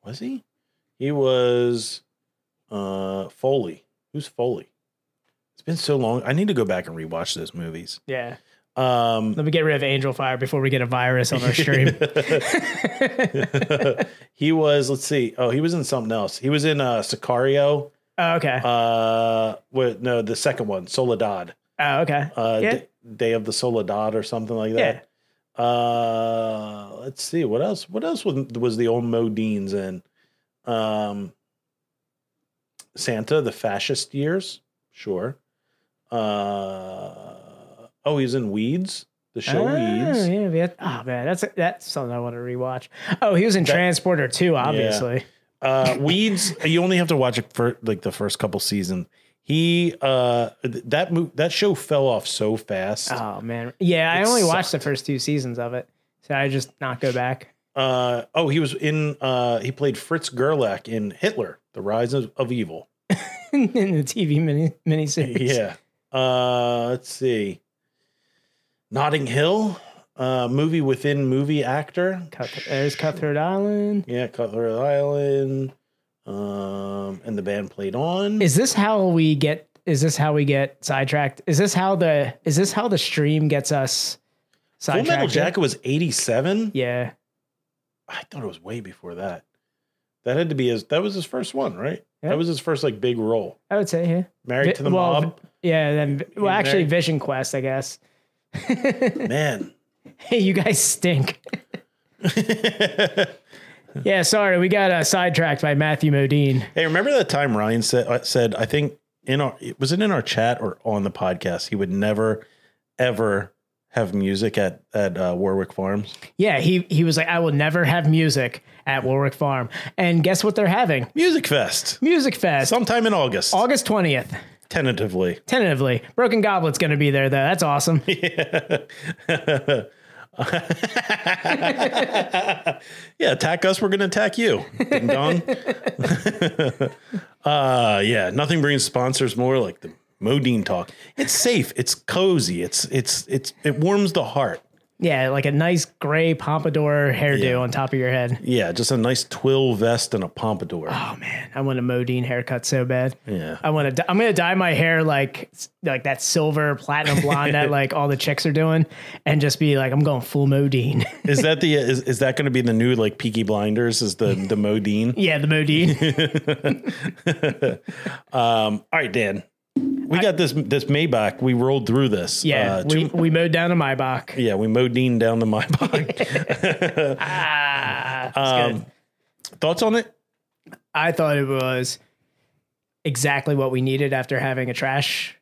Was he? He was uh Foley. Who's Foley? It's been so long. I need to go back and rewatch those movies. Yeah. Um Let me get rid of Angel Fire before we get a virus on our (laughs) stream. (laughs) he was let's see oh he was in something else he was in uh sicario oh, okay. uh what no the second one soledad Oh, okay. uh Yeah. D- day of the soledad or something like Yeah. that uh let's see what else what else was, was the old modines in um santa the fascist years sure uh oh he's in weeds the show Oh, weeds yeah, yeah. Oh man, that's that's something I want to rewatch. Oh, he was in Transporter too, obviously. uh weeds you only have to watch it for like the first couple seasons he uh th- that mo- that show fell off so fast Oh man, yeah, I It only watched the first two seasons of it, so I just not go back. (laughs) uh oh he was in uh he played fritz gerlach in hitler the rise of, (laughs) of evil in the TV mini miniseries. yeah uh let's see notting hill uh movie within movie actor Cut, there's Cutthroat Island. yeah cutler island um and the band played on Is this how we get? Is this how we get sidetracked? Is this how the? Is this how the stream gets us full sidetracked? metal jacket was 87 Yeah, I thought it was way before that. That had to be his. That was his first one, right? Yeah. That was his first like big role. I would say yeah. Married Vi- to the (laughs) well, Mob, Yeah, then well, Yeah, actually, very- Vision Quest, I guess. man. (laughs) (laughs) hey, you guys stink. (laughs) yeah, sorry, we got uh, sidetracked by Matthew Modine. Hey, remember that time Ryan said uh, said I think in our was it in our chat or on the podcast he would never ever have music at at uh, Warwick Farms. Yeah, he he was like, I will never have music at Warwick Farm, and guess what they're having? Music Fest Music Fest, sometime in August, August twentieth, tentatively. tentatively. Broken Goblet's going to be there though. That's awesome. Yeah, attack us, we're going to attack you. Ding dong. (laughs) uh, yeah, nothing brings sponsors more like the Modine talk. It's safe, it's cozy, it's it's it's it warms the heart. Yeah, like a nice gray pompadour hairdo Yeah. on top of your head. Yeah, just a nice twill vest and a pompadour. Oh man, I want a Modine haircut so bad. Yeah. I want to. I'm gonna dye my hair like like that silver platinum blonde (laughs) that like all the chicks are doing, and just be like, I'm going full Modine. (laughs) Is that the is, is that going to be the new like Peaky Blinders? Is the the Modine? (laughs) yeah, the (laughs) Modine. Um, all right, Dan, we got this this Maybach. We rolled through this. Yeah, uh, Um, we, two- we mowed down a Maybach. yeah, we Modine down the (laughs) Maybach. Ah, that's good. um, thoughts on it? I thought it was exactly what we needed after having a trash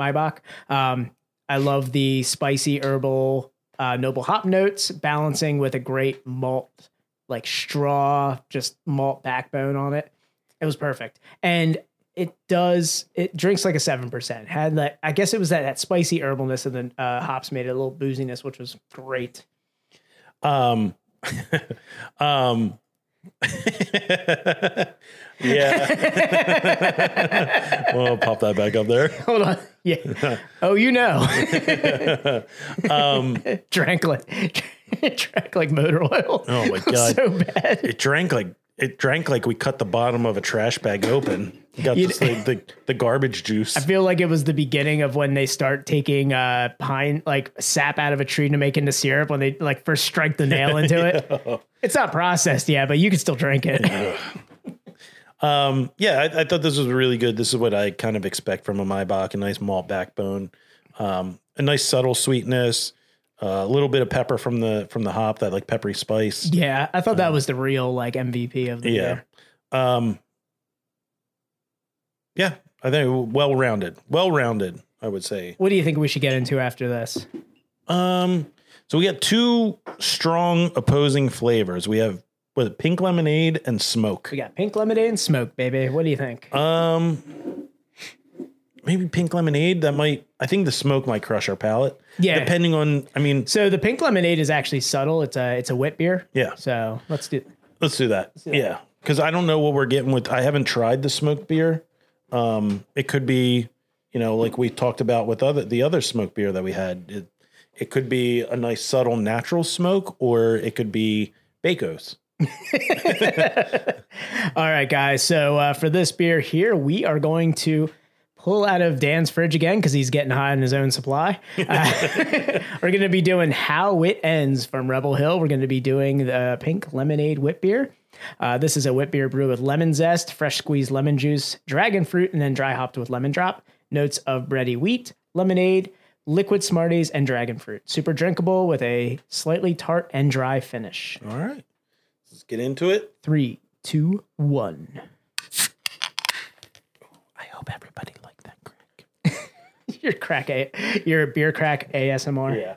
Maybach. Um, I love the spicy herbal uh, noble hop notes balancing with a great malt, like straw, just malt backbone on it. It was perfect. And it does, it drinks like a 7%. Had that, I guess it was that, that spicy herbalness and then uh, hops made it a little booziness, which was great. Um, um, yeah. well, Oh, pop that back up (laughs) there. Hold on. (laughs) Yeah. Oh, you know. Um, (laughs) drank like (laughs) drank like motor oil. Oh, my It was (laughs) God. so bad. it drank like it drank like we cut the bottom of a trash bag open. Got You- this, the, the the garbage juice. I feel like it was the beginning of when they start taking uh pine like sap out of a tree to make into syrup when they like first strike the nail into (laughs) it. It's not processed yet, but you can still drink it. Um, yeah, I, I thought this was really good. This is what I kind of expect from a Maybach, a nice malt backbone, um, a nice subtle sweetness, uh, a little bit of pepper from the from the hop, that like peppery spice. (laughs) yeah, I thought that was the real like MVP of the Um, Yeah. year. Um, yeah, I think well rounded, well rounded, I would say. What do you think we should get into after this? Um, so we got two strong opposing flavors. We have what, pink lemonade and smoke. We got pink lemonade and smoke, baby. What do you think? Um, maybe pink lemonade. That might. I think the smoke might crush our palate. Yeah. Depending on. I mean, so the pink lemonade is actually subtle. It's a it's a wit beer. Yeah. So let's do let's do that. Yeah. Because I don't know what we're getting with. I haven't tried the smoked beer. Um, it could be, you know, like we talked about with other the other smoked beer that we had. It, it could be a nice subtle natural smoke, or it could be Bacos. All right, guys. So uh, for this beer here, we are going to pull out of Dan's fridge again because he's getting high on his own supply. (laughs) Uh, (laughs) we're going to be doing How It Ends from Rebel Hill. We're going to be doing the pink lemonade whip beer. Uh, this is a whip beer brewed with lemon zest, fresh squeezed lemon juice, dragon fruit, and then dry hopped with lemon drop. Notes of bready wheat, lemonade, liquid Smarties, and dragon fruit. Super drinkable with a slightly tart and dry finish. All right. Let's get into it. Three, two, one. I hope everybody liked that (laughs) crack. your crack a your beer crack ASMR. Yeah.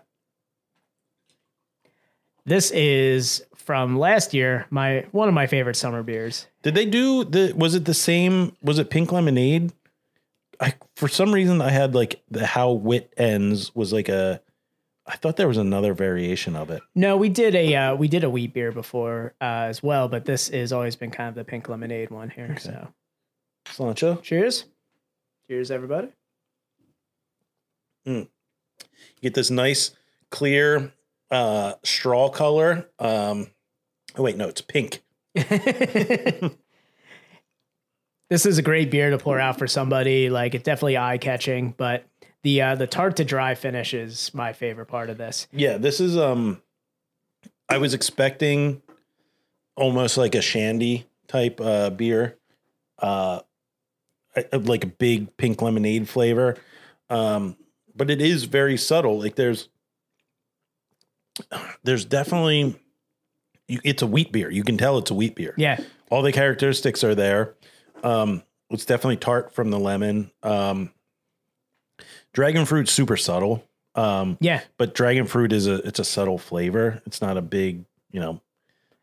This is from last year, my one of my favorite summer beers. Did they do the? Was it the same? Was it pink lemonade? I for some reason I had like the how wit ends was like a. I thought there was another variation of it. No, we did a uh, we did a wheat beer before uh, as well, but this has always been kind of the pink lemonade one here. So Slancho. cheers. Cheers everybody. You get this nice clear uh straw color. Um oh wait, no, it's pink. (laughs) this is a great beer to pour out for somebody. Like it's definitely eye catching, but the uh, the tart to dry finish is my favorite part of this. Yeah, this is um I was expecting almost like a shandy type uh beer. Uh I- I- like a big pink lemonade flavor. Um but it is very subtle. Like there's there's definitely you, it's a wheat beer. You can tell it's a wheat beer. Yeah. all the characteristics are there. Um, it's definitely tart from the lemon. Um, dragon fruit super subtle. Um, Yeah. but dragon fruit is a it's a subtle flavor. It's not a big you know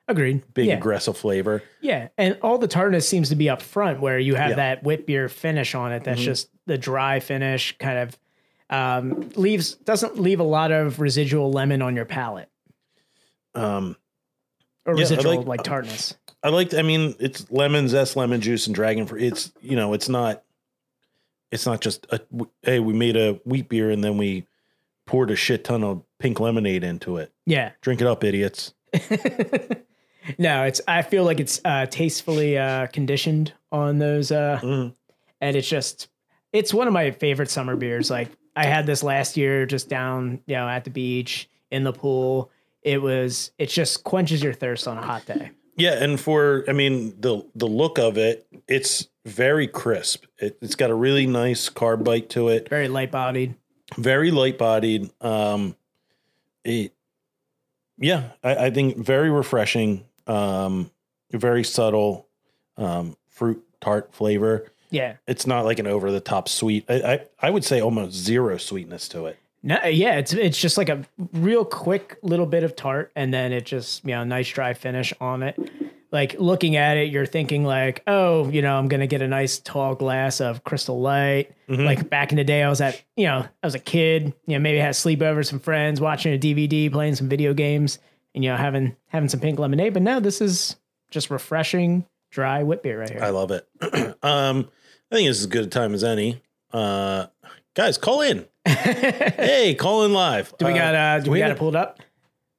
Agreed. big yeah. aggressive flavor. yeah. And all the tartness seems to be up front where you have Yeah. Mm-hmm. that whip beer finish on it. That's just the dry finish kind of um, leaves, doesn't leave a lot of residual lemon on your palate Um, or Yeah, I residual like- uh, like, tartness. I like. I mean, it's lemon zest, lemon juice, and dragon fruit. It's you know, it's not. It's not just a hey, we made a wheat beer and then we poured a shit ton of pink lemonade into it. Yeah. Drink it up, idiots. No, it's, I feel like it's uh, tastefully uh, conditioned on those. Uh, Mm. and it's just it's one of my favorite summer beers like i had this last year just down you know at the beach in the pool it was it just quenches your thirst on a hot day Yeah, and for I mean the the look of it, it's very crisp. It, it's got a really nice carb bite to it. very light bodied very light bodied. Um, it, yeah, I, I think very refreshing. Um, very subtle, um, fruit tart flavor. yeah It's not like an over the top sweet. I, I I would say almost zero sweetness to it. no, yeah it's it's just like a real quick little bit of tart and then it just you know nice dry finish on it like looking at it you're thinking like oh you know i'm gonna get a nice tall glass of crystal light like back in the day i was at you know i was a kid you know maybe had a sleepover with some friends watching a dvd playing some video games and you know having having some pink lemonade but no this is just refreshing dry whip beer right here I love it. (clears throat) um, I think it's as good a time as any. Uh, guys, (laughs) call in. hey, call in live. do we got uh do we got have it pulled up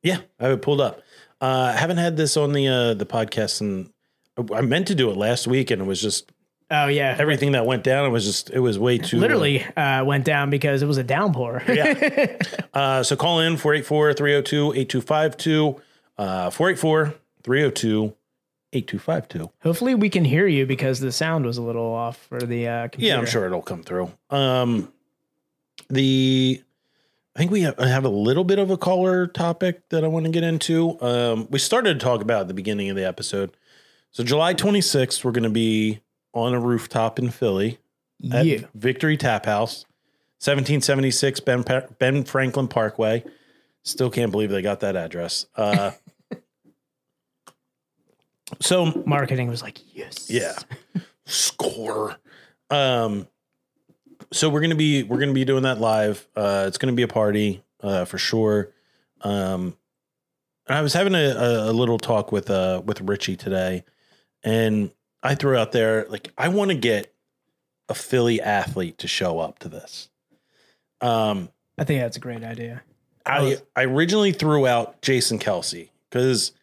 Yeah, I have it pulled up. Uh, I haven't had this on the uh, the podcast, and I meant to do it last week, and it was just oh yeah everything that went down. It was just it was way too literally uh went down because it was a downpour (laughs) yeah. Uh, so call in 484-302-8252, uh, 484-302-8252. Hopefully we can hear you because the sound was a little off for the uh, computer. Yeah, I'm sure it'll come through. Um, the I think we have, I have a little bit of a caller topic that I want to get into. Um, we started to talk about at the beginning of the episode. So July 26th, we're going to be on a rooftop in Philly at Yeah. Victory Tap House, 1776 Ben Pa- Ben Franklin Parkway. Still can't believe they got that address. Uh, (laughs) so Marketing was like, yes. yeah. Score. Um so we're going to be we're going to be doing that live. Uh it's going to be a party uh for sure. Um and I was having a, a, a little talk with uh with Richie today and I threw out there like I want to get a Philly athlete to show up to this. Um I think that's a great idea. I I originally threw out Jason Kelsey because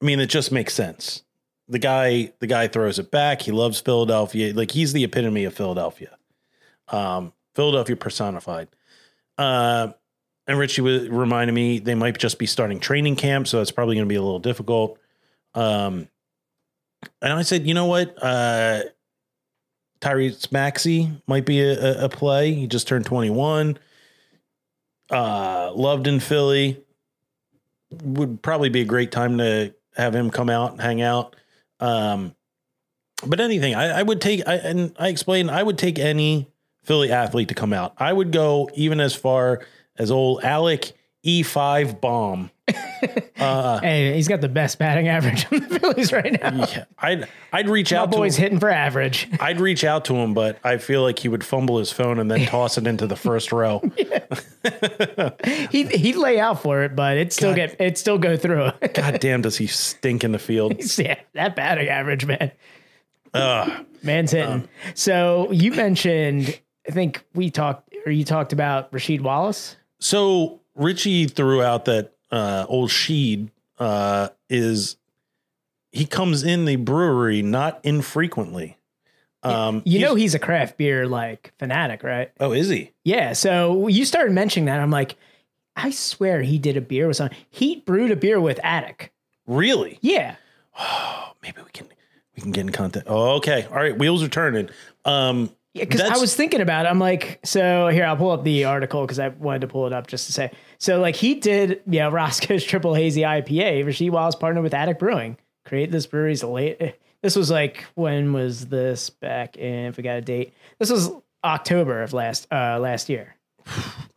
I mean it just makes sense. The guy the guy throws it back. He loves Philadelphia. Like he's the epitome of Philadelphia. Um, Philadelphia personified. Uh, and Richie was reminded me they might just be starting training camp, so it's probably going to be a little difficult. Um, and I said, you know what? Uh, Tyrese Maxey might be a, a- a play. He just turned 21 uh, loved in Philly. Would probably be a great time to have him come out and hang out. Um, but anything, I, I would take. I, and I explained, I would take any Philly athlete to come out. I would go even as far as old Alec E5 bomb. uh, Hey, he's got the best batting average on the Phillies right now. yeah, I'd I'd reach My out to boy's him. hitting for average. (laughs) I'd reach out to him, but I feel like he would fumble his phone (laughs) and then toss it into the first row. He he'd lay out for it, but it still God. get it still go (laughs) through. God damn, does he stink in the field? yeah, that batting average, man. Ugh. Um, Man's hitting. so you mentioned, I think we talked or you talked about Rasheed Wallace. So Richie threw out that uh, old Sheed uh, is he comes in the brewery not infrequently. Um, You know he's- he's a craft beer like fanatic, right? oh, is he? Yeah. So you started mentioning that. I'm like, I swear he did a beer with someone. He brewed a beer with Attic. Really? Yeah. Maybe we can we can get in contact. Oh, okay, all right. Wheels are turning. Um, because I That's- was thinking about it. I'm like, so here I'll pull up the article because I wanted to pull it up just to say. So like he did, yeah, Roscoe's (laughs) Triple Hazy IPA. Rasheed Wiles partnered with Attic Brewing, create this brewery's late. This was like when was this back in? If we got a date, this was October of last uh last year.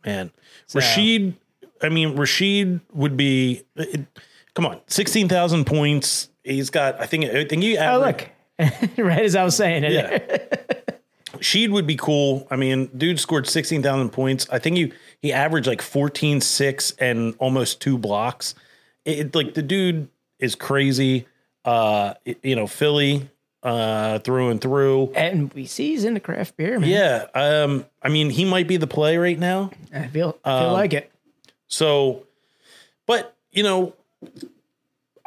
man. Rashid, I mean, Rashid would be. It, come on, sixteen thousand points. He's got. I think. I think you. Oh look, (laughs) right as I was saying it. Yeah. (laughs) Sheed would be cool. I mean, dude scored 16,000 points. I think he, he averaged like 14, six and almost two blocks. It, it- like the dude is crazy. Uh, it- you know, Philly, uh, through and through. and we see he's into craft beer, man. Yeah. Um, I mean, he might be the play right now. I feel I feel Um, like it. So, but you know,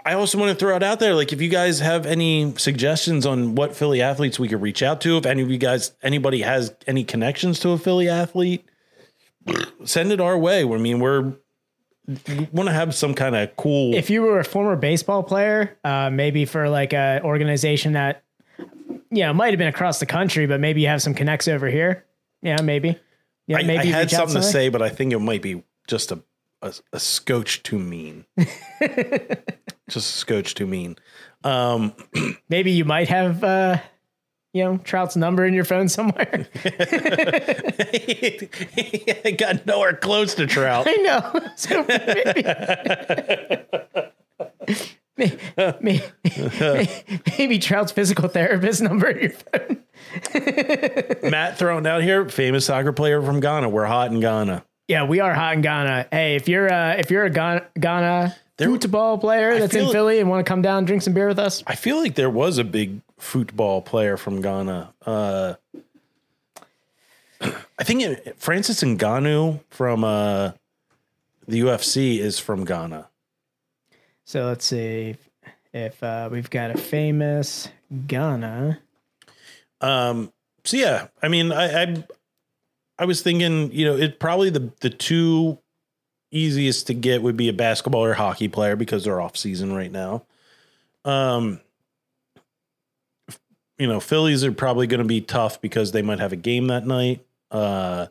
I also want to throw it out there. Like, if you guys have any suggestions on what Philly athletes we could reach out to, if any of you guys, anybody has any connections to a Philly athlete, send it our way. I mean, we're we want to have some kind of cool. if you were a former baseball player, uh, maybe for like a organization that, you know, might have been across the country, but maybe you have some connects over here. Yeah, maybe. Yeah, I, I had reach out something to somewhere. say, but I think it might be just a a, a scotch (laughs) too mean. just a scotch too mean. (laughs) Um, Maybe you might have, uh, you know, Trout's number in your phone somewhere. (laughs) I got nowhere close to Trout. I know. (laughs) So maybe. (laughs) May- may- may- Maybe Trout's physical therapist number in your phone. Matt thrown out here, famous soccer player from Ghana. We're hot in Ghana. Yeah, we are hot in Ghana. Hey, if you're uh, if you're a Ghana, Ghana There- football player that's in feel- Philly and want to come down and drink some beer with us, I feel like there was a big football player from Ghana. Uh, I think it, Francis Ngannou from uh, the UFC is from Ghana. So let's see if uh, we've got a famous Ghana. Um, so yeah, I mean, I, I I was thinking, you know, it probably the the two easiest to get would be a basketball or hockey player because they're off season right now. Um, you know, Phillies are probably going to be tough because they might have a game that night. Uh,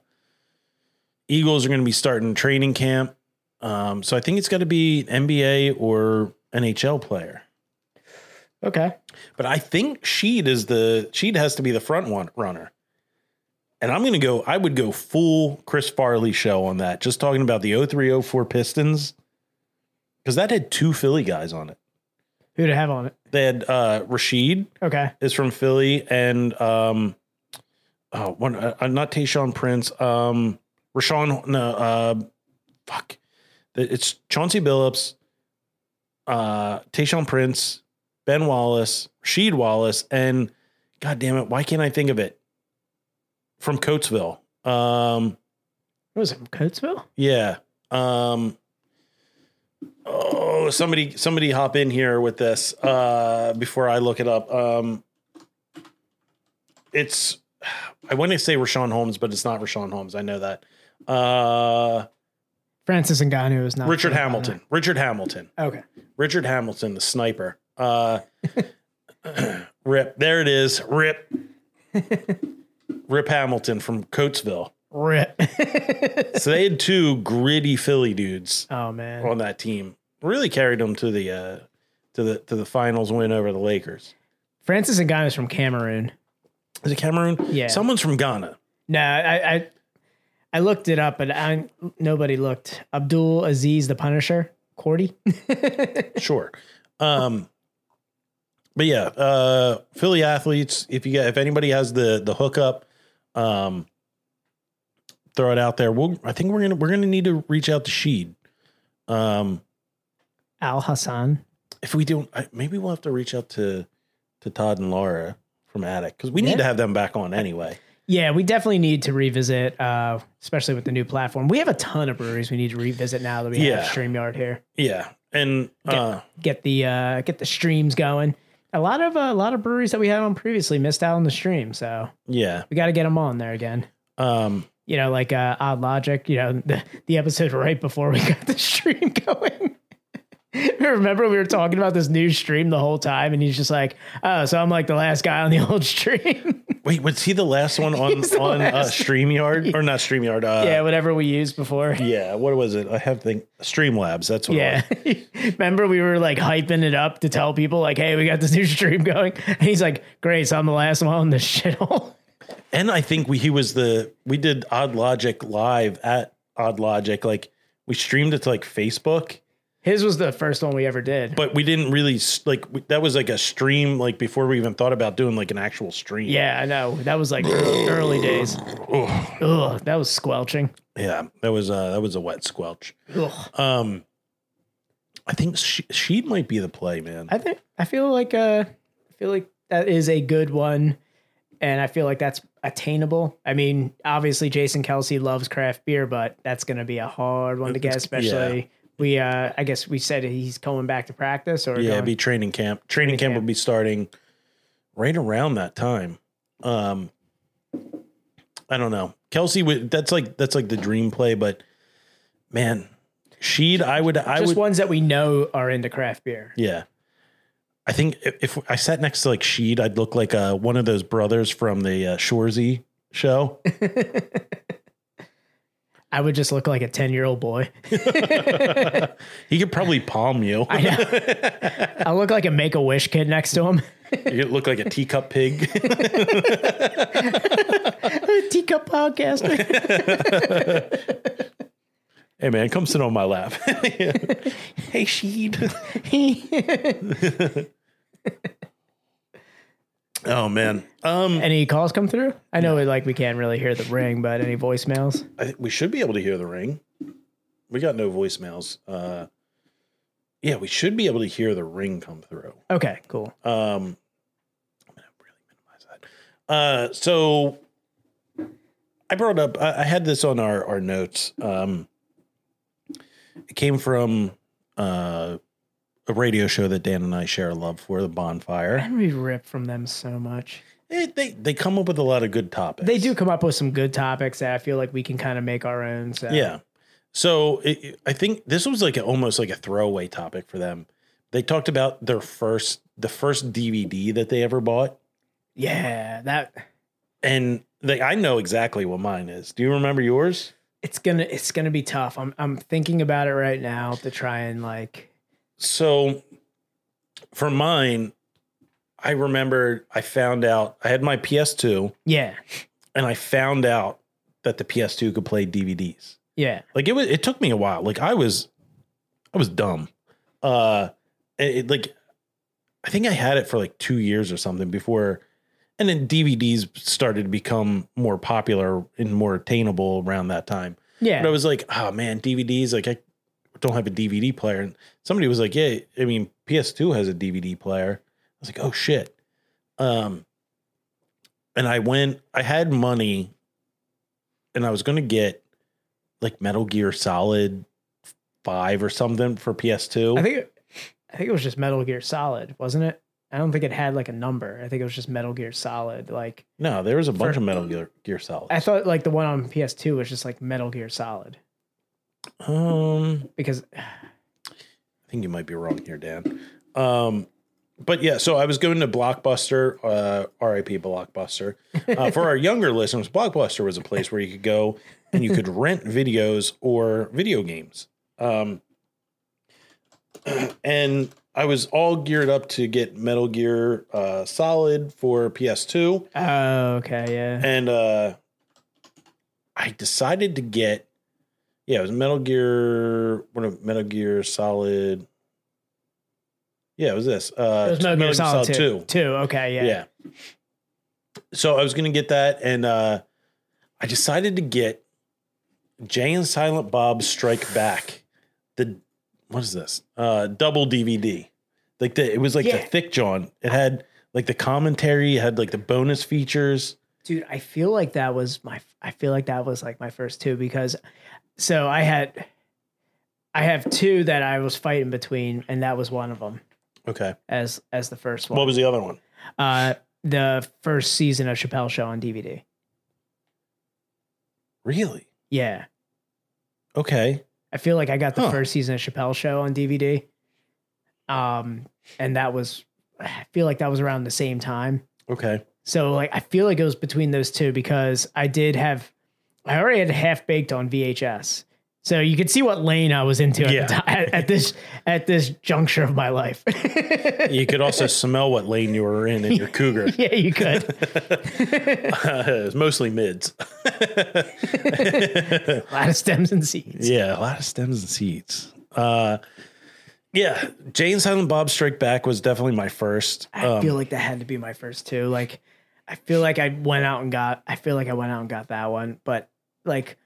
Eagles are going to be starting training camp. Um, so I think it's got to be NBA or NHL player. Okay. But I think Sheed is the Sheed has to be the front one runner. And I'm gonna go, I would go full Chris Farley show on that, just talking about the 0304 Pistons. Because that had two Philly guys on it. Who to have on it? They had uh Rashid Okay. is from Philly and um oh one uh, uh, not Tayshawn Prince, um Rashawn no uh fuck. It's Chauncey Billups, uh Tayshawn Prince, Ben Wallace, Rashid Wallace, and god damn it, why can't I think of it? From Coatesville. Um What was it? Coatesville? yeah. Um Oh, somebody somebody hop in here with this uh before I look it up. Um it's I want to say Rashawn Holmes, but it's not Rashawn Holmes. I know that. Uh Francis Ngannou is not Richard from Hamilton. Richard Hamilton. Ghana. Okay. Richard Hamilton, the sniper. Uh, (clears throat) Rip. There it is. Rip. Rip Hamilton from Coatesville. Rip. (laughs) So they had two gritty Philly dudes oh man. on that team. Really carried them to the uh, to the to the finals win over the Lakers. Francis Ngannou is from Cameroon. Is it Cameroon? Yeah. Someone's from Ghana. No, I I, I looked it up, but I, nobody looked. Abdul Aziz the Punisher. (laughs) Cordy. Sure. Um, but yeah, uh, Philly athletes. If you got, if anybody has the the hookup, um, throw it out there. We'll. I think we're gonna we're gonna need to reach out to Sheed. Um, Al Hassan. if we don't, I, maybe we'll have to reach out to to Todd and Laura from Attic because we Yeah. need to have them back on anyway. Yeah, we definitely need to revisit, uh, especially with the new platform. We have a ton of breweries we need to revisit now that we Yeah. have StreamYard here. Yeah, and uh, get the uh, get the streams going. A lot of uh, a lot of breweries that we had on previously missed out on the stream, so yeah, we got to get them on there again. um, You know, like (laughs) uh, Odd Logic. You know, the, the episode right before we got the stream (laughs) going. Remember, we were talking about this new stream the whole time, and he's just like, "Oh, so I'm like the last guy on the (laughs) old stream." (laughs) Wait, was he the last one on He's the on uh, last. Streamyard or not Streamyard? Uh, yeah, whatever we used before. yeah. What was it? I have to think Streamlabs. That's what. Yeah. (laughs) It Remember, we were like hyping it up to tell people, like, "Hey, we got this new (laughs) stream going," and he's like, "Great, so I'm the last one on this (laughs) shithole." was. And I think we, he was the we did Odd Logic live at Odd Logic. Like we streamed it to like Facebook, His was the first one we ever did. but we didn't really s- like we, that was like a stream like before we even thought about doing like an actual stream. Yeah, I know. That was like early days. Ugh, that was squelching. Yeah, that was uh that was a wet squelch. Ugh. Um, I think she, she might be the play, man. I think I feel like uh I feel like that is a good one and I feel like that's attainable. I mean, obviously Jason Kelsey loves craft beer, but that's going to be a hard one to get especially we uh I guess we said he's coming back to practice or yeah, going- it'd be training camp. Training camp camp. would be starting right around that time. Um, I don't know. Kelsey would. That's like that's like the dream play, but man, Sheed, I would. I just would. ones that we know are into craft beer. Yeah. I think if, if I sat next to like Sheed, I'd look like uh, one of those brothers from the uh, Shorzy show. I would just look like a 10-year-old boy. (laughs) he could probably palm you. I know. I look like a make-a-wish kid next to him. (laughs) you look like a teacup pig. Teacup podcaster. hey man, come sit on my lap. (laughs) (laughs) hey Sheed. Oh man. Um, (laughs) Any calls come through? I know like we can't really hear the ring, but any voicemails? I think we should be able to hear the ring. We got no voicemails. Uh, yeah, we should be able to hear the ring come through. Okay, cool. Um, I'm gonna really minimize that. Uh, so I brought up. I, I had this on our our notes. Um, it came from uh, a radio show that Dan and I share a love for, the Bonfire. And we rip from them so much. It, they they come up with a lot of good topics. They do come up with some good topics that I feel like we can kind of make our own. So Yeah. Um, So it, it- I think this was like a, almost like a throwaway topic for them. They talked about their first the first DVD that they ever bought, yeah, that and they I know exactly what mine is. Do you remember yours? it's gonna it's gonna be tough. I'm I'm thinking about it right now to try and like So for mine, I remembered I found out I had my PS2 yeah and I found out that the PS2 could play DVDs. yeah Like it was it took me a while. Like I was I was dumb. Uh it, it, like I think I had it for like 2 years or something before and then DVDs started to become more popular and more attainable around that time. But I yeah was like, oh man, DVDs, like I don't have a DVD player. And somebody was like, yeah, I mean, PS2 has a DVD player. I was like, oh shit. Um, and I went, I had money and I was going to get like Metal Gear Solid 5 or something for PS2. I think it, I think it was just Metal Gear Solid, wasn't it? I don't think it had like a number. I think it was just Metal Gear Solid. Like no, there was a bunch of Metal Gear, Gear Solid. I thought like the one on PS2 was just like Metal Gear Solid um, because I think you might be wrong here, Dan. Um, but yeah, so I was going to Blockbuster, uh, RIP Blockbuster. Uh, for our younger listeners, Blockbuster was a place where you could go and you could rent videos or video games. Um, (clears throat) and I was all geared up to get Metal Gear uh, Solid for PS2 oh okay yeah and uh I decided to get yeah, it was Metal Gear one of Metal Gear Solid. Yeah, it was this. Uh it was Metal Gear Solid, two. two okay Yeah. yeah So I was gonna get that and uh I decided to get Jay and Silent Bob Strike Back. The what is this? Uh double DVD. Like the it was like the Yeah. thick John. It had like the commentary, it had like the bonus features. dude i feel like that was my i feel like that was like my first two because so i had i have two that i was fighting between and that was one of them Okay. as as the first one What was the other one? uh the first season of chappelle show on dvd Really? yeah Okay. i feel like i got the Huh. first season of chappelle show on dvd Um, and that was, I feel like that was around the same time. Okay. So like I feel like it was between those two because I did have I already had half baked on VHS. So you could see what lane I was into Yeah. at, the ti- at, at this at this juncture of my life. (laughs) You could (laughs) also smell what lane you were in in your (laughs) cougar. yeah, you could. it was mostly (laughs) mids. A lot of stems and seeds. Yeah, a lot of stems and seeds. Uh, yeah, Jane Silent Bob Strike Back was definitely my first. Um, I feel like that had to be my first two. Like I feel like I went out and got I feel like I went out and got that one, but like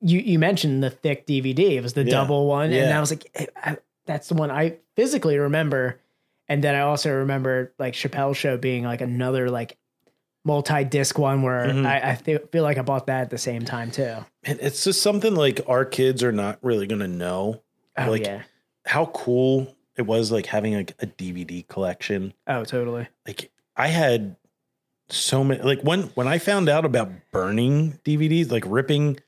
you you mentioned the thick DVD. It was the Yeah. double one and Yeah. I was like I, I- that's the one I physically remember and then I also remember like Chappelle show being like another like multi-disc one where Mhm. I, I th- feel like I bought that at the same time too. And it's just something like our kids are not really going to know Oh Like- yeah. how cool it was like having like a DVD collection. Oh totally. Like I had so many like when when I found out about burning DVDs, like ripping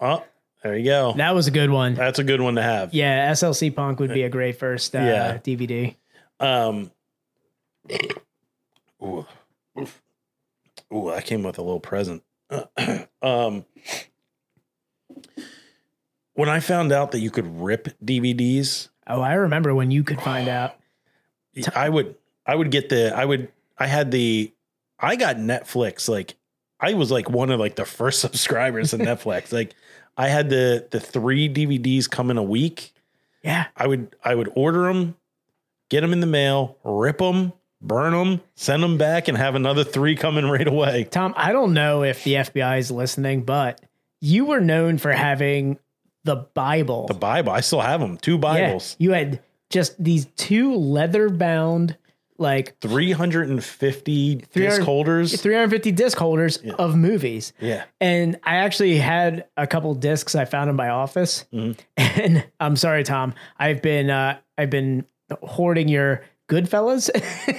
oh, there you go. That was a good one. That's a good one to have. yeah, SLC Punk would be a great first uh, Yeah. DVD. Um, ooh, oof. ooh, I came with a little present. (clears throat) um, when I found out that you could rip DVDs, Oh, I remember when you could find out. I would, I would get the, I would, I had the, I got Netflix. Like, I was like one of like the first (laughs) subscribers to Netflix. Like, I had the the three DVDs coming a week. Yeah. I would I would order them, get them in the mail, rip them, burn them, send them back, and have another three coming right away. Tom, I don't know if the FBI is listening, but you were known for having the Bible. The Bible, I still have them. Two Yeah, Bibles, you had just these two leather bound, like three hundred and fifty 300 disc holders. 350 disc holders of movies. Yeah, And I actually had a couple discs I found in my office. Mm-hmm. And (laughs) I'm sorry, Tom, I've been uh, I've been hoarding your Goodfellas.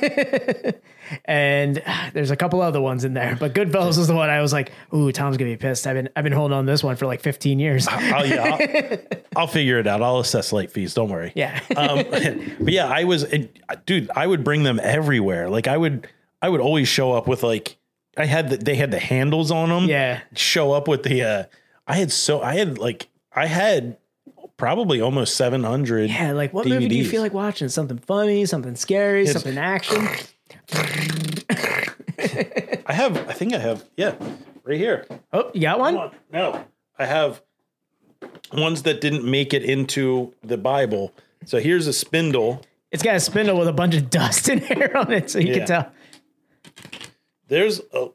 (laughs) and ah, there's a couple other ones in there, but Goodfellas is the one I was like, "Ooh, Tom's gonna be pissed." I've been I've been holding on to this one for like 15 years. I'll, yeah, I'll, I'll figure it out. I'll assess late fees. Don't worry. (laughs) yeah, um, (laughs) but yeah, I was, and, uh, dude. I would bring them everywhere. Like I would, I would always show up with like I had. The, they had the handles on them. yeah. show up with the uh I had so I had like I had probably almost (laughs) 700 Yeah, like what movie do you DVDs. feel like watching? Something funny, something scary, It's- something action. I have I think I have yeah right here Oh, you got one? Hold on. no I have ones that didn't make it into the Bible so here's a spindle It's got a spindle with a bunch of dust (laughs) and hair on it, so you Yeah. can tell. there's a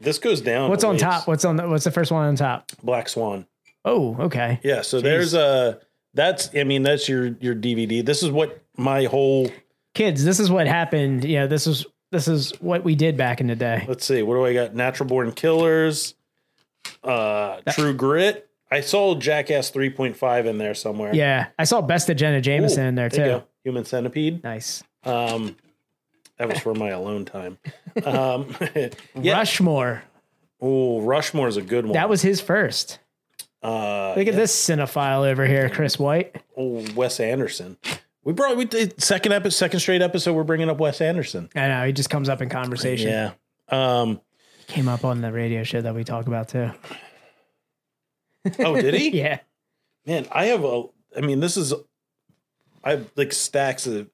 this goes down What's a on ways. top? What's on the, what's the first one on top? Black Swan Oh, okay. yeah so there's a that's I mean that's your your DVD this is what my whole Kids, this is what happened. You know, this is this is what we did back in the day. let's see what do i got natural born killers uh true grit i saw jackass 3.5 in there somewhere Yeah, I saw Best of Jenna Ooh, Jameson in there you too. go. human centipede Nice. um that was for my alone time um yeah Rushmore. oh rushmore is a good one That was his first. uh Look at this cinephile over here, Chris White. oh, wes anderson we brought we did second episode second straight episode we're bringing up wes anderson I know he just comes up in conversation. yeah um Came up on the radio show that we talk about too. oh did he (laughs) Yeah. man i have a i mean this is i have like stacks of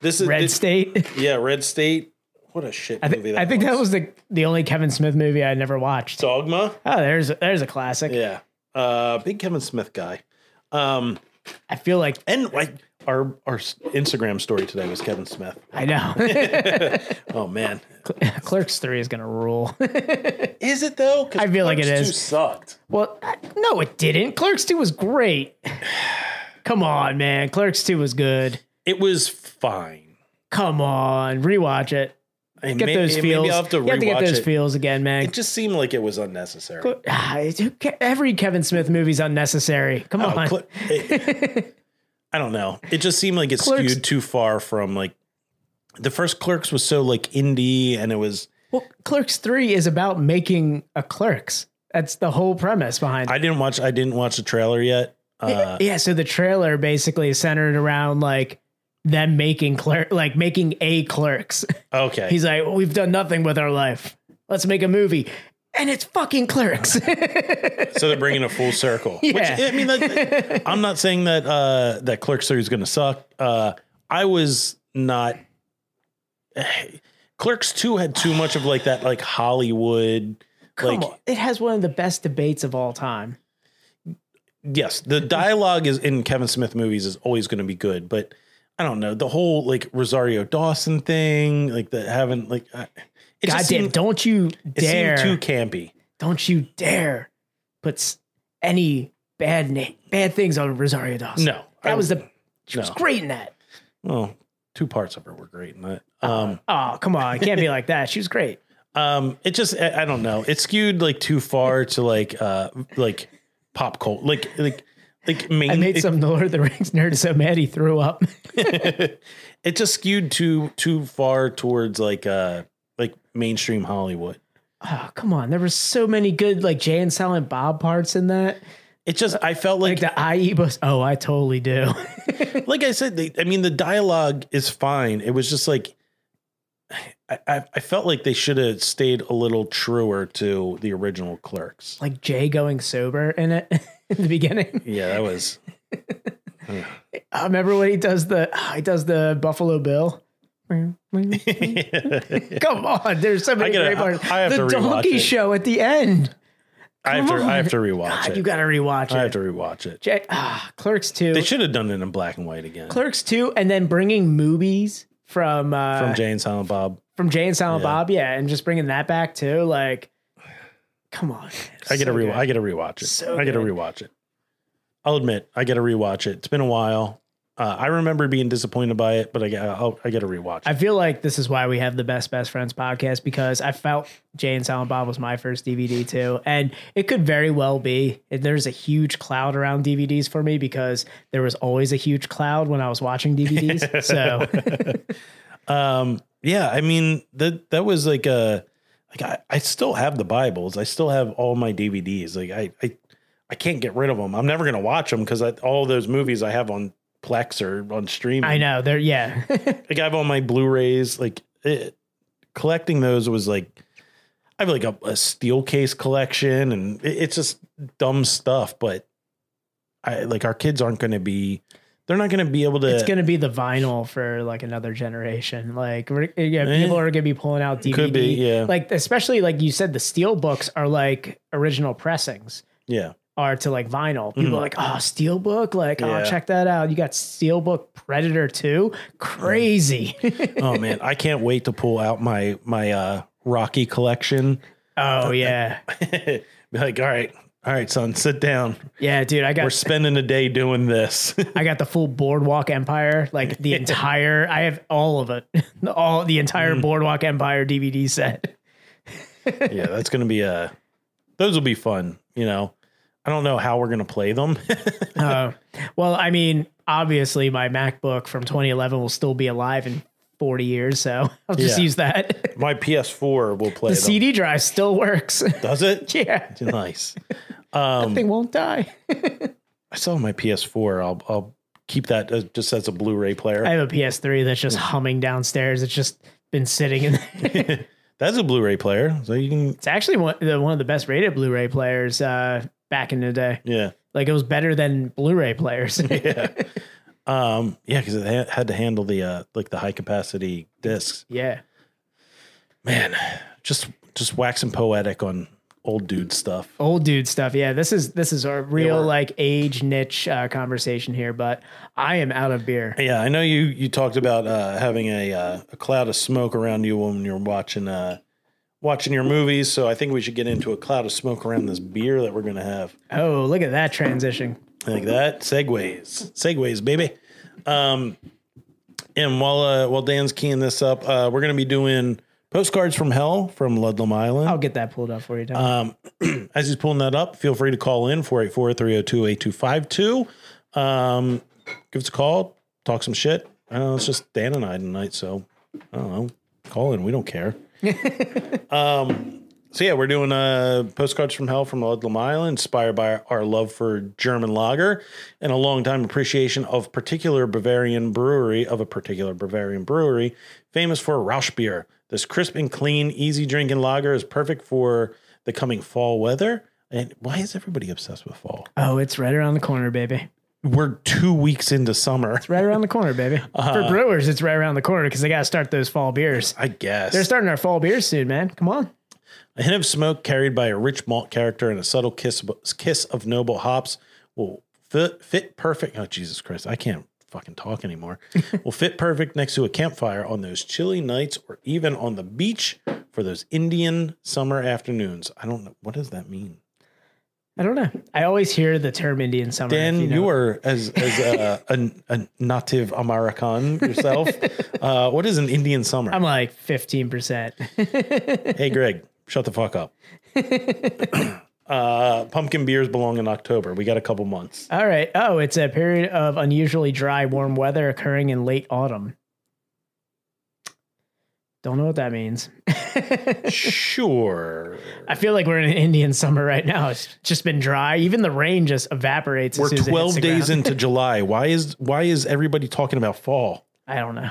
this is Red this- State. Yeah, Red State. What a shit I, movie thi- that I think that was was. the the only Kevin Smith movie I never watched. Dogma. Oh, there's there's a classic. Yeah. Uh big Kevin Smith guy. Um I feel like and like our our Instagram story today was Kevin Smith. I know. (laughs) (laughs) Oh man. Clerks Three is gonna rule. Is it though? 'Cause I feel like it Clerks is. 2 sucked. Well, no, it didn't. Clerks 2 was great. (sighs) Come on, man. Clerks 2 was good. It was fine. Come on, rewatch it. I Get may- those maybe feels. I'll have to you have to get rewatch those it. feels again, man. It just seemed like it was unnecessary. (sighs) Ah, it's- who ca- Every Kevin Smith movie's unnecessary. Come (laughs) Oh, on. Cle- it- I don't know. It just seemed like it Clerks- skewed too far from like the first Clerks was so like indie and it was well, Clerks 3 is about making a Clerks. That's the whole premise behind it. I didn't watch I didn't watch the trailer yet. Uh yeah, so the trailer basically is centered around like them making clerk, like making a clerks. (laughs) Okay. He's like, we've done nothing with our life. Let's make a movie. And it's fucking clerks. (laughs) so they're bringing a full circle. Yeah. Which I (laughs) mean, that, I'm not saying that uh, that Clerks three is going to suck. Uh, I was not. (sighs) Clerks two had too much of like that like Hollywood. Come like on. It has one of the best debates of all time. yes, the dialogue is in Kevin Smith movies is always going to be good, but I don't know the whole like Rosario Dawson thing, like the having like I- it Goddamn, just seemed- don't you it seemed dare. too campy. don't you dare put s- any bad name, bad things on Rosario Dawson. No, That I- was the, she was No. great in that. Well, two parts of her were great in that. Um, Oh, come on. It can't be like that. She was (laughs) great. um it just I, I don't know it skewed like too far to like uh like pop cult like like like main, I made it, some Lord of the Rings nerd so mad he threw up. (laughs) it just skewed too too far towards like uh like mainstream hollywood Oh, come on. There were so many good, like Jay and Silent Bob parts in that. it just i felt like Like the IE bus. Oh, I totally do. (laughs) like i said they, i mean the dialogue is fine it was just like I, I, I felt like they should have stayed a little truer to the original clerks like Jay going sober in it (laughs) in the beginning. yeah that was I remember when he does the he does the Buffalo (laughs) Bill. Come on, there's so many gotta- great parts. I- I have the to rewatch donkey it. show at the end. I have, Come to, I have on. to rewatch God, it you got to rewatch i have it. to rewatch it Jay, ah, Clerks two, They should have done it in black and white again. Clerks two, and then bringing movies from uh, From Jane Silent Bob. from Jay and Silent Yeah. Bob, yeah, and just bringing that back too. Like, come on, I get to So re- good. I get to rewatch it. So I get to good. rewatch it. I'll admit, I get to rewatch it. It's been a while. Uh, I remember being disappointed by it, but I got I'll, I get to rewatch I it. feel like this is why we have the best best friends podcast because I felt Jay and Silent Bob was my first DVD too, and it could very well be. There's a huge cloud around DVDs for me because there was always a huge cloud when I was watching (laughs) DVDs. so Um, yeah, I mean that that was like a like I, I still have the Bibles. I still have all my DVDs. Like I I, I can't get rid of them. I'm never gonna watch them because all those movies I have on Plex or on streaming. I know there, (laughs) yeah, like I have all my Blu-rays. Like it, collecting those was like I have like a, a steel case collection, and it- it's just dumb stuff. But I like our kids aren't going to be. They're not going to be able to. it's gonna be the vinyl for like another generation. Like we're- yeah, Eh. people are gonna be pulling out DVD. Could be, yeah. Like especially like you said, the steel books are like original pressings. yeah, are to like vinyl. People are like, oh, Steelbook, like, Mm. Yeah. oh, check that out. You got Steelbook Predator 2. (laughs) Crazy. oh man, I can't wait to pull out my my uh Rocky (laughs) collection. oh, yeah. be like, all right, all right, son, sit down. Yeah, dude, I We're got spending a day doing this. (laughs) I got the full Boardwalk Empire, like the entire I have all of it. (laughs) All the entire Mm. Boardwalk Empire DVD set. yeah, that's going to be a. Those will be fun. You know, I don't know how we're going to play them. (laughs) Uh, well, I mean, obviously my MacBook from 2011 will still be alive in 40 years, so (laughs) I'll just Yeah. use that. My PS4 will play the them. CD drive still works. (laughs) Does it? yeah. (laughs) Nice. um, Thing won't die. I still have my PS4. I'll I'll keep that as, just as a Blu-ray player. I have a PS3 that's just humming downstairs. It's just been sitting in. That's a Blu-ray player, so you can. it's actually one, the, one of the best rated Blu-ray players uh, back in the day. Yeah, Like it was better than Blu-ray players. (laughs) yeah, um, yeah, because it ha- had to handle the uh, like the high capacity discs. yeah, Man, just just waxing poetic on old dude stuff. old dude stuff. Yeah, this is this is a real we're- like age niche uh, conversation here. But I am out of beer. Yeah, I know you you talked about uh, having a uh, a cloud of smoke around you when you're watching uh, watching your movies. So I think we should get into a cloud of smoke around this beer that we're gonna have. Oh, look at that transition. like that segways segways baby um and while uh while dan's keying this up uh we're gonna be doing postcards from hell from ludlam I'll island get that pulled up for you. Tom. as he's pulling that up feel free to call in 484-302-8252 um give us a call talk some shit i don't know it's just dan and i tonight so i don't know call in we don't care um so yeah, we're doing uh, postcards from hell from Ludlam Island, inspired by our love for German lager and a long-time appreciation of particular Bavarian brewery of a particular Bavarian brewery, famous for Rausch beer. This crisp and clean, easy drinking lager is perfect for the coming fall weather. And why is everybody obsessed with fall? Oh, it's right around the corner, baby. We're two weeks into summer, Right around the corner, baby. For brewers, it's right around the corner because they got to start those fall beers. I guess. They're starting our fall beers soon, man. Come on. A hint of smoke carried by a rich malt character and a subtle kiss of, kiss of noble hops will fit, fit perfect. Oh, Jesus Christ. I can't fucking (laughs) talk anymore. will fit perfect next to a campfire on those chilly nights or even on the beach for those Indian summer afternoons. I don't know. What does that mean? I don't know. I always hear the term Indian summer. Dan, if you, know it. are as as a, a, a native American (laughs) yourself. uh, what is an Indian summer? I'm like 15%. Hey, Greg, shut the (laughs) fuck up. uh, pumpkin beers belong in October. We got a couple months. All right. Oh, it's a period of unusually dry, warm weather occurring in late autumn. Don't know what that means. (laughs) Sure. I feel like we're in an Indian summer right now. It's just been dry. Even the rain just evaporates. as We're soon as it hits 12 the days ground. (laughs) into July. Why is why is everybody talking about fall? I don't know.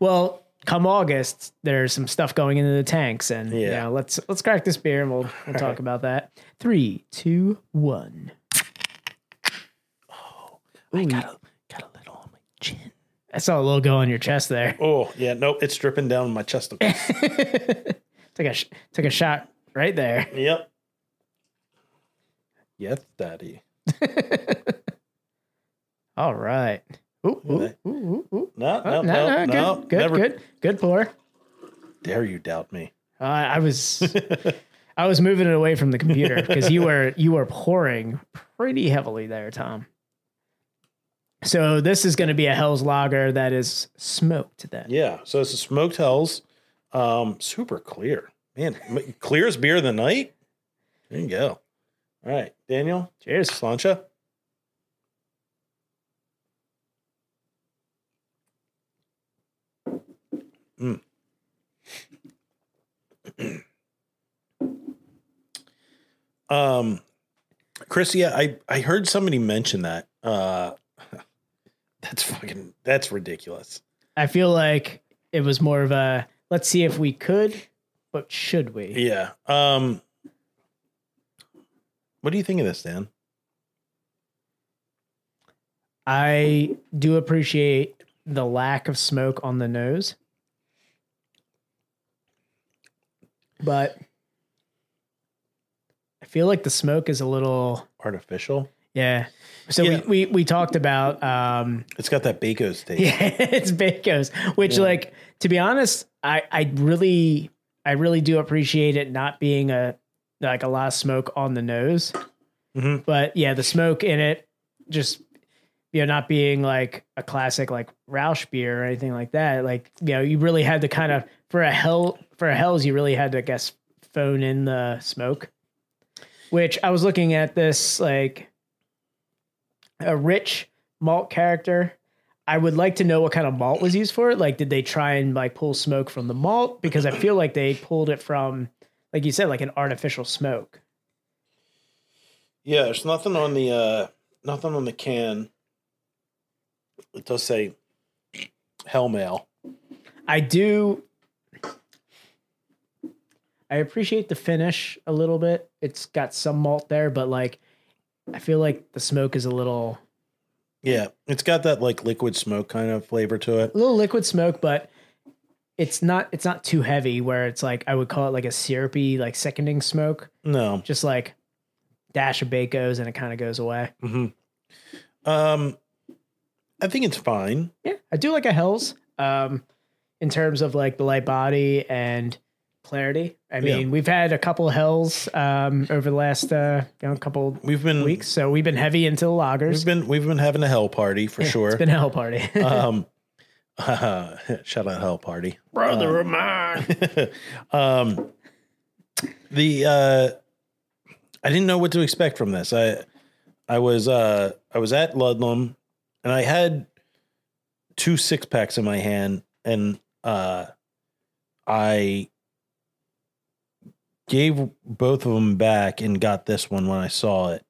Well, come August, there's some stuff going into the tanks, and you Yeah. know, let's let's crack this beer and we'll we'll talk about that. Three, two, one. Oh, I got a, got a little on my chin. I saw a little go on your chest there. Oh, yeah, no, it's dripping down (laughs) my chest. Took a sh- took a shot right there. yep. Yes, daddy. All right. Ooh, ooh, that- ooh, ooh, ooh. No, Oh, no, no, no, good, no. good, Never good, good pour. dare you doubt me. Uh, I (laughs) was I was moving it away from the computer because you were you were pouring pretty heavily there, Tom. So this is going to be a Hell's Lager that is smoked. Then Yeah. So it's a smoked hells. Um, super clear. Man, m- clearest beer of the night. There you go. All right, Daniel. Cheers. Slancha. Mm. (clears throat) um Chris, yeah, I, I heard somebody mention that. Uh (laughs) that's fucking that's ridiculous. I feel like it was more of a let's see if we could, but should we? Yeah. Um What do you think of this, Dan? I do appreciate the lack of smoke on the nose, but I feel like the smoke is a little Artificial. Yeah. So Yeah. We, we we talked about um It's got that Baco's taste. yeah, (laughs) it's Bacos, which like to be honest, I I really I really do appreciate it not being a like a lot of smoke on the nose. Mhm. But yeah, the smoke in it just you know not being like a classic like Roush beer or anything like that. Like, you know, you really had to kind of for a hell for a hells you really had to I guess phone in the smoke. Which I was looking at this like a rich malt character. I would like to know what kind of malt was used for it. Like, did they try and like pull smoke from the malt? Because I feel like they pulled it from, like you said, like an artificial smoke. Yeah, there's nothing on the uh nothing on the can. It does say Hell Mail. I do. I appreciate the finish a little bit. It's got some malt there, but like, I feel like the smoke is a little, Yeah. It's got that like liquid smoke kind of flavor to it. a little liquid smoke, but it's not. It's not too heavy. Where it's like I would call it like a syrupy, like seconding smoke. No. just like dash of bacos and it kind of goes away. Um I think it's fine. Yeah, I do like a Hells um, in terms of like the light body and clarity. I Yeah. mean, we've had a couple Hells um, over the last uh, you know, couple We've been weeks, so we've been heavy into the We've loggers. been we've been having a hell party for sure. It's been a hell (laughs) party. um shout out hell party brother of mine (laughs) um the uh i didn't know what to expect from this i i was uh i was at ludlam and i had two six packs in my hand and uh i gave both of them back and got this one when I saw it.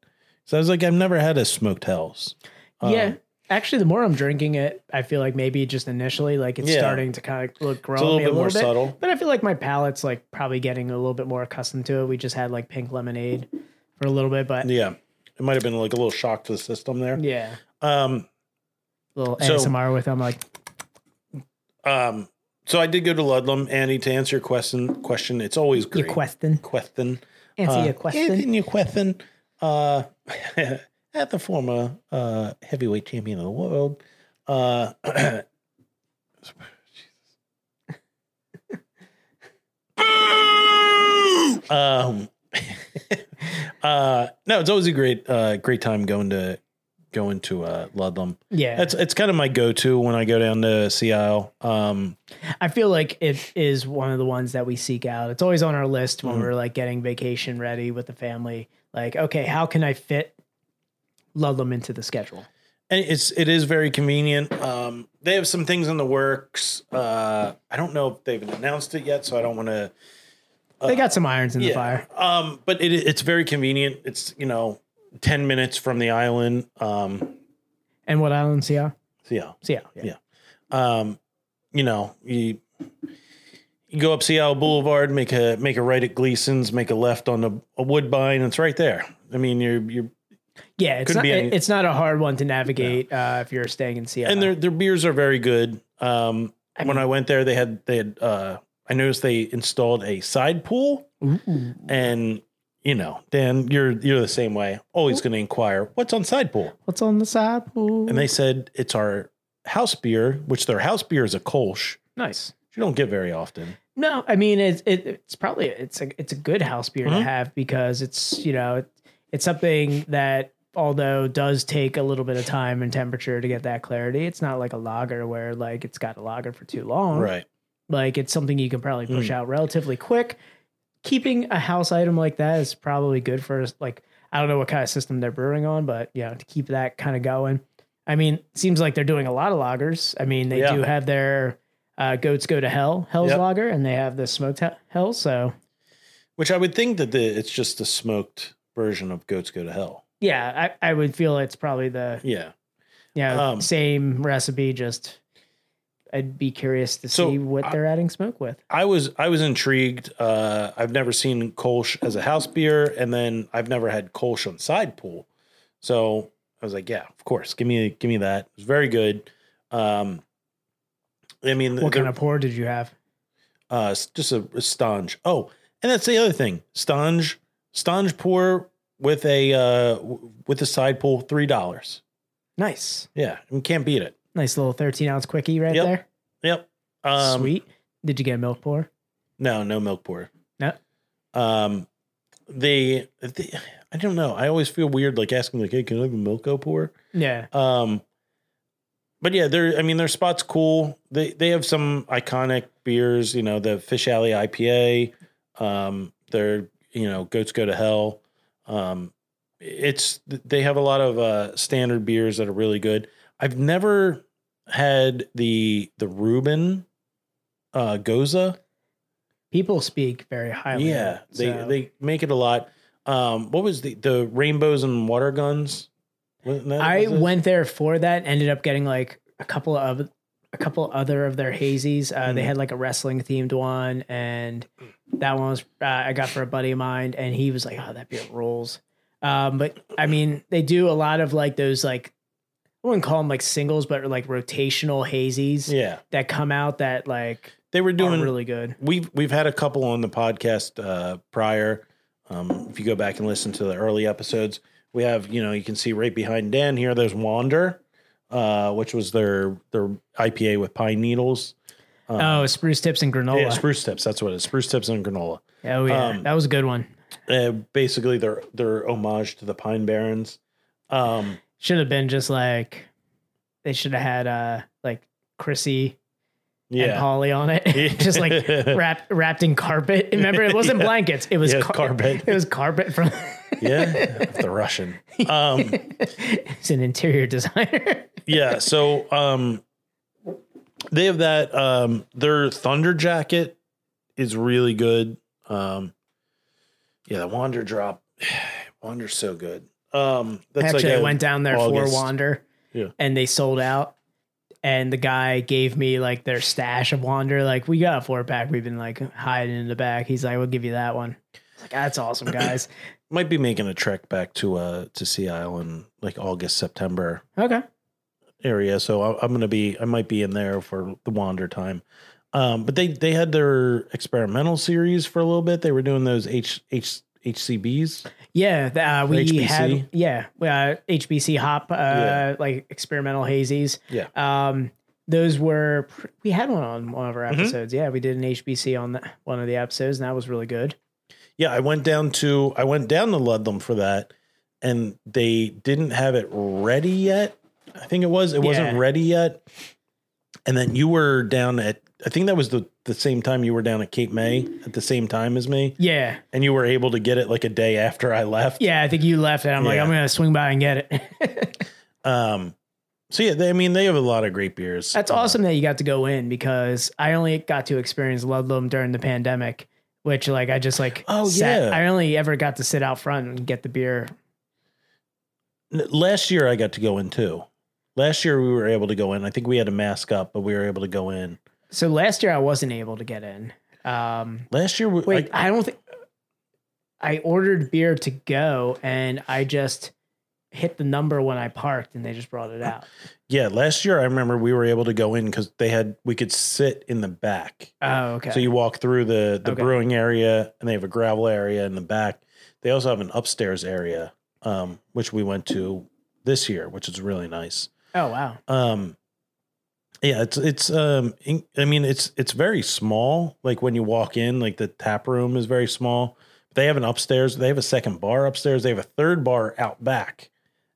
So I was like, I've never had a smoked hells. Um, (laughs) yeah. Actually, the more I'm drinking it, I feel like maybe just initially, like it's Yeah. starting to kind of look grow It's a on little me bit a more little bit. subtle. But I feel like my palate's like probably getting a little bit more accustomed to it. We just had like pink lemonade for a little bit, but yeah, Yeah. It might have been like a little shock to the system there. Um, little So- ASMR with. it. I'm like, um, so I did go to Ludlam, Andy, to answer your question. Question. It's always you great. question, question. answer Uh, your question. Anthony Quethin, uh, (laughs) at the former uh, heavyweight champion of the world. Uh, (coughs) Jesus. um, (laughs) uh, no, it's always a great, uh, great time going to going to uh, Ludlam. yeah, That's it's kind of my go to when I go down to Sea Isle. Um, I feel like it is one of the ones that we seek out. It's always on our list Mm-hmm. when we're like getting vacation ready with the family. Like, okay, how can I fit Ludlam into the schedule? and it's it is very convenient. Um, they have some things in the works. Uh, I don't know if they've announced it yet, so I don't want to. Uh, they got some irons in the fire. Um, but it, it's very convenient. It's you know ten minutes from the island. Um, And what islands here? so yeah, So yeah, Yeah. um, you know you. You go up Seattle Boulevard, make a make a right at Gleason's, make a left on the a Woodbine. It's right there. I mean, you're you're Yeah, it's Could not be any- it's not a hard one to navigate uh, if you're staying in Seattle. and their their beers are very good. Um, I when I went there, they had they had uh, I noticed they installed a side pool, and you know, Dan, you're you're the same way. Always going to inquire what's on side pool, what's on the side pool? and they said it's our house beer, which their house beer is a Kolsch, nice. which you don't get very often. No, I mean it's it, it's probably it's a it's a good house beer to have because it's you know it, it's something that although does take a little bit of time and temperature to get that clarity, it's not like a lager where like it's got a lager for too long. Right. Like it's something you can probably Hmm. push out relatively quick. Keeping a house item like that is probably good for us. Like I don't know what kind of system they're brewing on, but you know to keep that kind of going. I mean, seems like they're doing a lot of lagers. I mean, they Yeah. do have their uh, goats go to hell, Hell's Yep. Lager, and they have the smoked he- hell. So Which I would think that the it's just the smoked version of Goats Go to Hell. yeah, I, I would feel it's probably the Yeah. you know, Um, same recipe. Just I'd be curious to So, see what I- they're adding smoke with. I was I was intrigued. Uh, I've never seen Kolsch as a house beer, and then I've never had Kolsch on side pool. So I was like, yeah, of course, give me give me that. It was very good. Um, I mean, What they're- kind of pour did you have? uh, s- just a, a stange. Oh, and that's the other thing, stange stange pour with a uh, w- with a side pool, three dollars. Nice, Yeah, I mean, can't beat it. nice little thirteen ounce quickie right Yep. there. Yep. Um, Sweet. Did you get a milk pour? No, no milk pour. No? Um, they, they, I don't know. I always feel weird like asking like, hey, can I have a milko pour? Yeah. Um, but yeah, they're. I mean, their spot's cool. They they have some iconic beers. You know, the Fish Alley IPA. Um, their you know goats go to hell. Um, it's they have a lot of uh, standard beers that are really good. I've never had the the Reuben uh, Goza. People speak very highly. of Yeah, it, they so- they make it a lot. Um, what was the the rainbows and water guns? Wasn't that- I was it? went there for that. Ended up getting like a couple of a couple other of their hazies. Uh, Mm. They had like a wrestling themed one, and that one was uh, I got for a buddy of mine, and he was like, "Oh, that beer rules." Um, but I mean, they do a lot of like those like I wouldn't call them like singles, but like rotational hazies Yeah, that come out that like they were are doing. really good. we've we've had a couple on the podcast uh, prior. Um, if you go back and listen to the early episodes, we have you know you can see right behind Dan here. There's Wander, uh, which was their their IPA with pine needles. oh, spruce tips and granola. Uh-huh. Yeah, spruce tips. That's what it is. Spruce tips and granola. oh yeah, um, that was a good one. Uh, basically, their their homage to the Pine Barrens. Um, should have been just like they should have had uh like Chrissy and yeah, Polly on it, (laughs) just like (laughs) wrapped wrapped in carpet. (laughs) Remember, it wasn't Yeah. blankets; it was Yeah, carpet. It was carpet from. (laughs) yeah, the Russian. Um, He's an interior designer. yeah so um they have that um their thunder jacket is really good um Yeah, the Wander drop. (sighs) Wander's so good. Um, that's Actually, like I a went down there August- for Wander, Yeah. and they sold out. And the guy gave me like their stash of Wander. Like we got a four pack. We've been like hiding in the back. He's like, "We'll give you that one." I was Like that's awesome, (clears throat) guys. Might be making a trek back to uh to Sea Island like August September okay, area. So I, I'm gonna be I might be in there for the Wander time. Um, but they they had their experimental series for a little bit. They were doing those H H HCBs. yeah, th- uh, we HBC? had yeah uh, HBC hop uh, Yeah. like experimental hazies. Yeah. Um, those were pr- we had one on one of our Mm-hmm. episodes. Yeah, we did an HBC on the, one of the episodes, and that was really good. Yeah, I went down to I went down to Ludlam for that, and they didn't have it ready yet. I think it was it wasn't Yeah. ready yet. And then you were down at I think that was the the same time you were down at Cape May at the same time as me, Yeah, and you were able to get it like a day after I left. yeah. I think you left, and I'm like, Yeah. I'm gonna swing by and get it. (laughs) Um. So yeah, they, I mean they have a lot of great beers. That's Uh, awesome that you got to go in because I only got to experience Ludlum during the pandemic, which like I just like Oh, sat- yeah. I only ever got to sit out front and get the beer. N- Last year I got to go in too. Last year we were able to go in. I think we had a mask up, but we were able to go in. So last year I wasn't able to get in. Um Last year, we, wait, I- I, don't think I ordered beer to go and I just hit the number when I parked and they just brought it (laughs) out. Yeah, last year I remember we were able to go in because they had we could sit in the back. Oh, okay. So you walk through the the Okay. brewing area, and they have a gravel area in the back. They also have an upstairs area, um, which we went to this year, which is really nice. oh wow. Um, yeah, it's it's um, in- I mean it's it's very small. Like when you walk in, like the tap room is very small. They have an upstairs. They have a second bar upstairs. They have a third bar out back,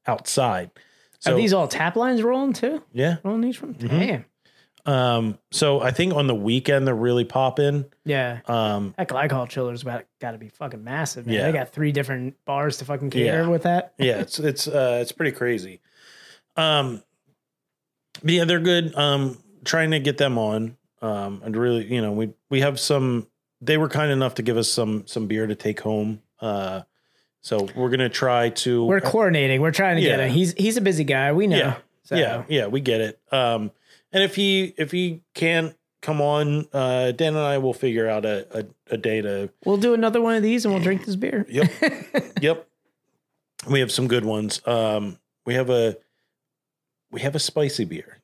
outside. So Mm-hmm. Are these all tap lines rolling too? yeah, Rolling each one? Damn. Um, so I think on the weekend they're really popping. Yeah. Um, That glycol chiller's about got to be fucking massive, man. Yeah. They got three different bars to fucking cater Yeah. with that. yeah, it's it's uh it's pretty crazy. Um, but yeah, they're good. Um, trying to get them on. Um, and really, you know, we we have some. They were kind enough to give us some some beer to take home. Uh, so we're gonna try to. We're coordinating. We're trying to get Yeah. him. He's he's a busy guy. We know. Yeah. So Yeah, yeah, we get it. Um, and if he if he can't come on, uh, Dan and I will figure out a a, a day to we'll do another one of these and we'll drink this beer. Yep. (laughs) yep. We have some good ones. Um, we have a we have a spicy beer.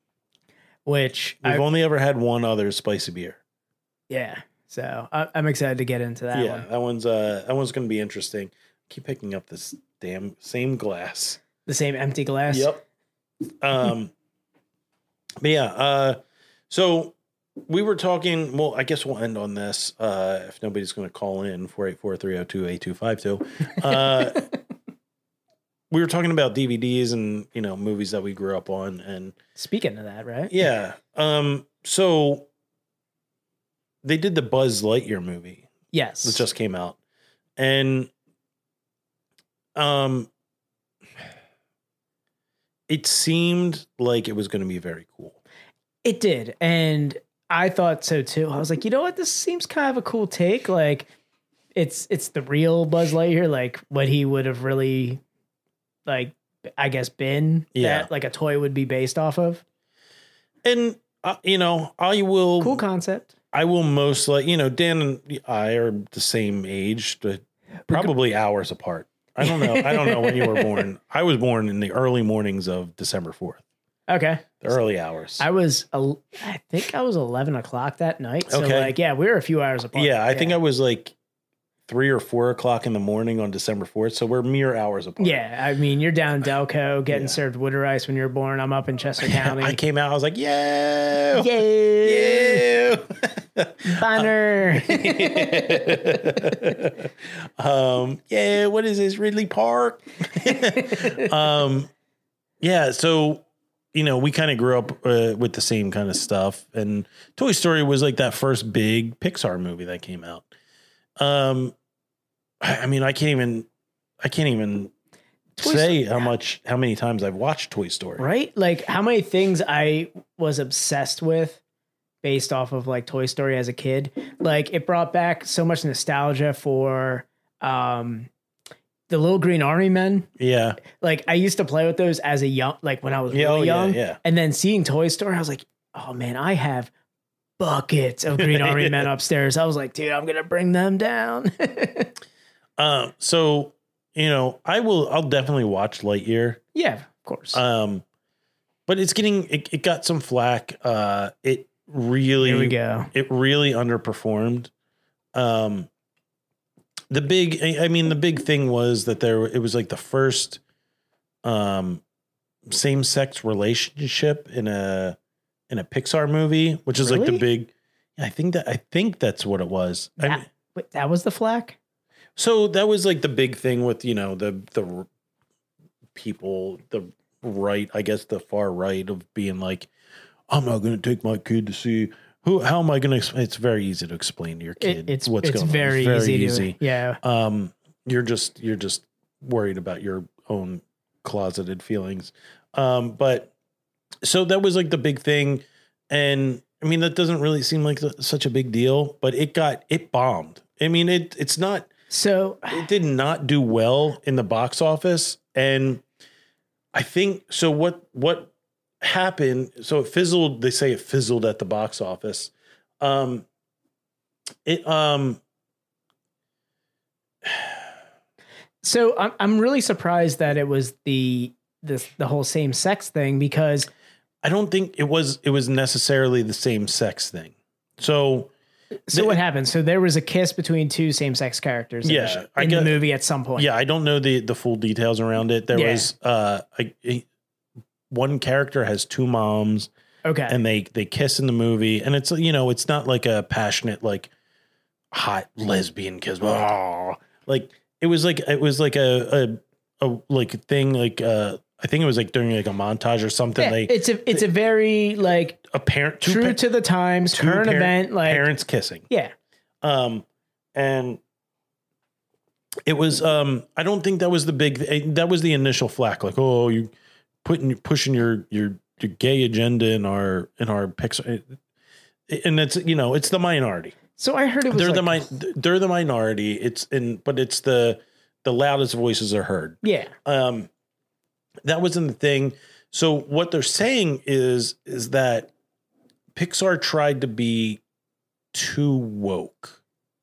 Which We've I, only ever had one other spicy beer. yeah. So I, I'm excited to get into that yeah, one. that one's uh that one's gonna be interesting. keep picking up this damn same glass. The same empty glass. Yep. Um, but yeah, uh, so we were talking. Well, I guess we'll end on this. Uh, if nobody's going to call in, 484 302 8252. Uh, We were talking about DVDs and you know movies that we grew up on, and Speaking of that, right? yeah, um, so they did the Buzz Lightyear movie Yes. that just came out. And um it seemed like it was going to be very cool. It did. And I thought so too. I was like, you know what? This seems kind of a cool take. Like it's it's the real Buzz Lightyear, like what he would have really like I guess been Yeah. that like a toy would be based off of. And uh, you know, I will Cool concept. I will most like, you know, Dan and I are the same age, but probably hours apart. I don't know. I don't know when you (laughs) were born. I was born in the early mornings of December 4th, Okay. the early hours. I was el- I think I was eleven o'clock that night. So Okay. like yeah, we were a few hours apart. yeah, I think I was like three or four o'clock in the morning on December 4th. So we're mere hours apart. Yeah, I mean you're down in Delco getting Yeah. served Wooder Ice when you're born. I'm up in Chester County. (laughs) I came out. I was like, yeah, Yay! (laughs) Banner. um, yeah. What is this, Ridley Park? (laughs) um, yeah. So you know, we kind of grew up uh, with the same kind of stuff, and Toy Story was like that first big Pixar movie that came out. Um, I, I mean, I can't even, I can't even. Toy say how much how many times I've watched Toy Story. right? Like how many things I was obsessed with based off of like Toy Story as a kid. Like it brought back so much nostalgia for um, the Little Green Army Men. Yeah. Like I used to play with those as a young, like when I was Yeah, really oh, yeah, young. yeah. And then seeing Toy Story, I was like, oh man, I have buckets of Green Army (laughs) Men upstairs. I was like, dude, I'm gonna bring them down. (laughs) Um, so you know, I will. I'll definitely watch Lightyear. yeah, of course. Um, but it's getting it, it got some flack. Uh, it really Here we go. it really underperformed. Um, the big, I I mean, the big thing was that there it was like the first, um, same sex relationship in a in a Pixar movie, which is like the Really? big. I think that I think that's what it was. I That- mean- Wait, that was the flack. so that was like the big thing with you know the the r- people the right I guess the far right of being like I'm not going to take my kid to see who how am I going to explain it's very easy to explain to your It- kid it's what's it's going very, on easy. To, yeah. um you're just you're just worried about your own closeted feelings um but so that was like the big thing and i mean that doesn't really seem like the- such a big deal but it got it bombed i mean it it's not So it did not do well in the box office and i think so what what happened so it fizzled they say it fizzled at the box office um it um So I'm I'm really surprised that it was the this the whole same sex thing because i don't think it was it was necessarily the same sex thing so so The- what happened? So there was a kiss between two same sex characters in, Yeah, the, I in the got- movie at some point. yeah i don't know the the full details around it there Yeah. was uh a, a- one character has two moms Okay. and they they kiss in the movie and it's you know it's not like a passionate like hot lesbian kiss Blah. like it was like it was like a a, a like a thing like uh i think it was like during like a montage or something Yeah, they it's a it's a very like a parent two true pa- to the times two current par- event like parents kissing yeah um and it was um i don't think that was the big eh, that was the initial flack like oh you putting pushing your your your gay agenda in our in our pixar eh, and it's you know it's the minority so I heard it was they're like, the mi- they're the minority it's in but it's the the loudest voices are heard yeah um that wasn't the thing so what they're saying is is that pixar tried to be too woke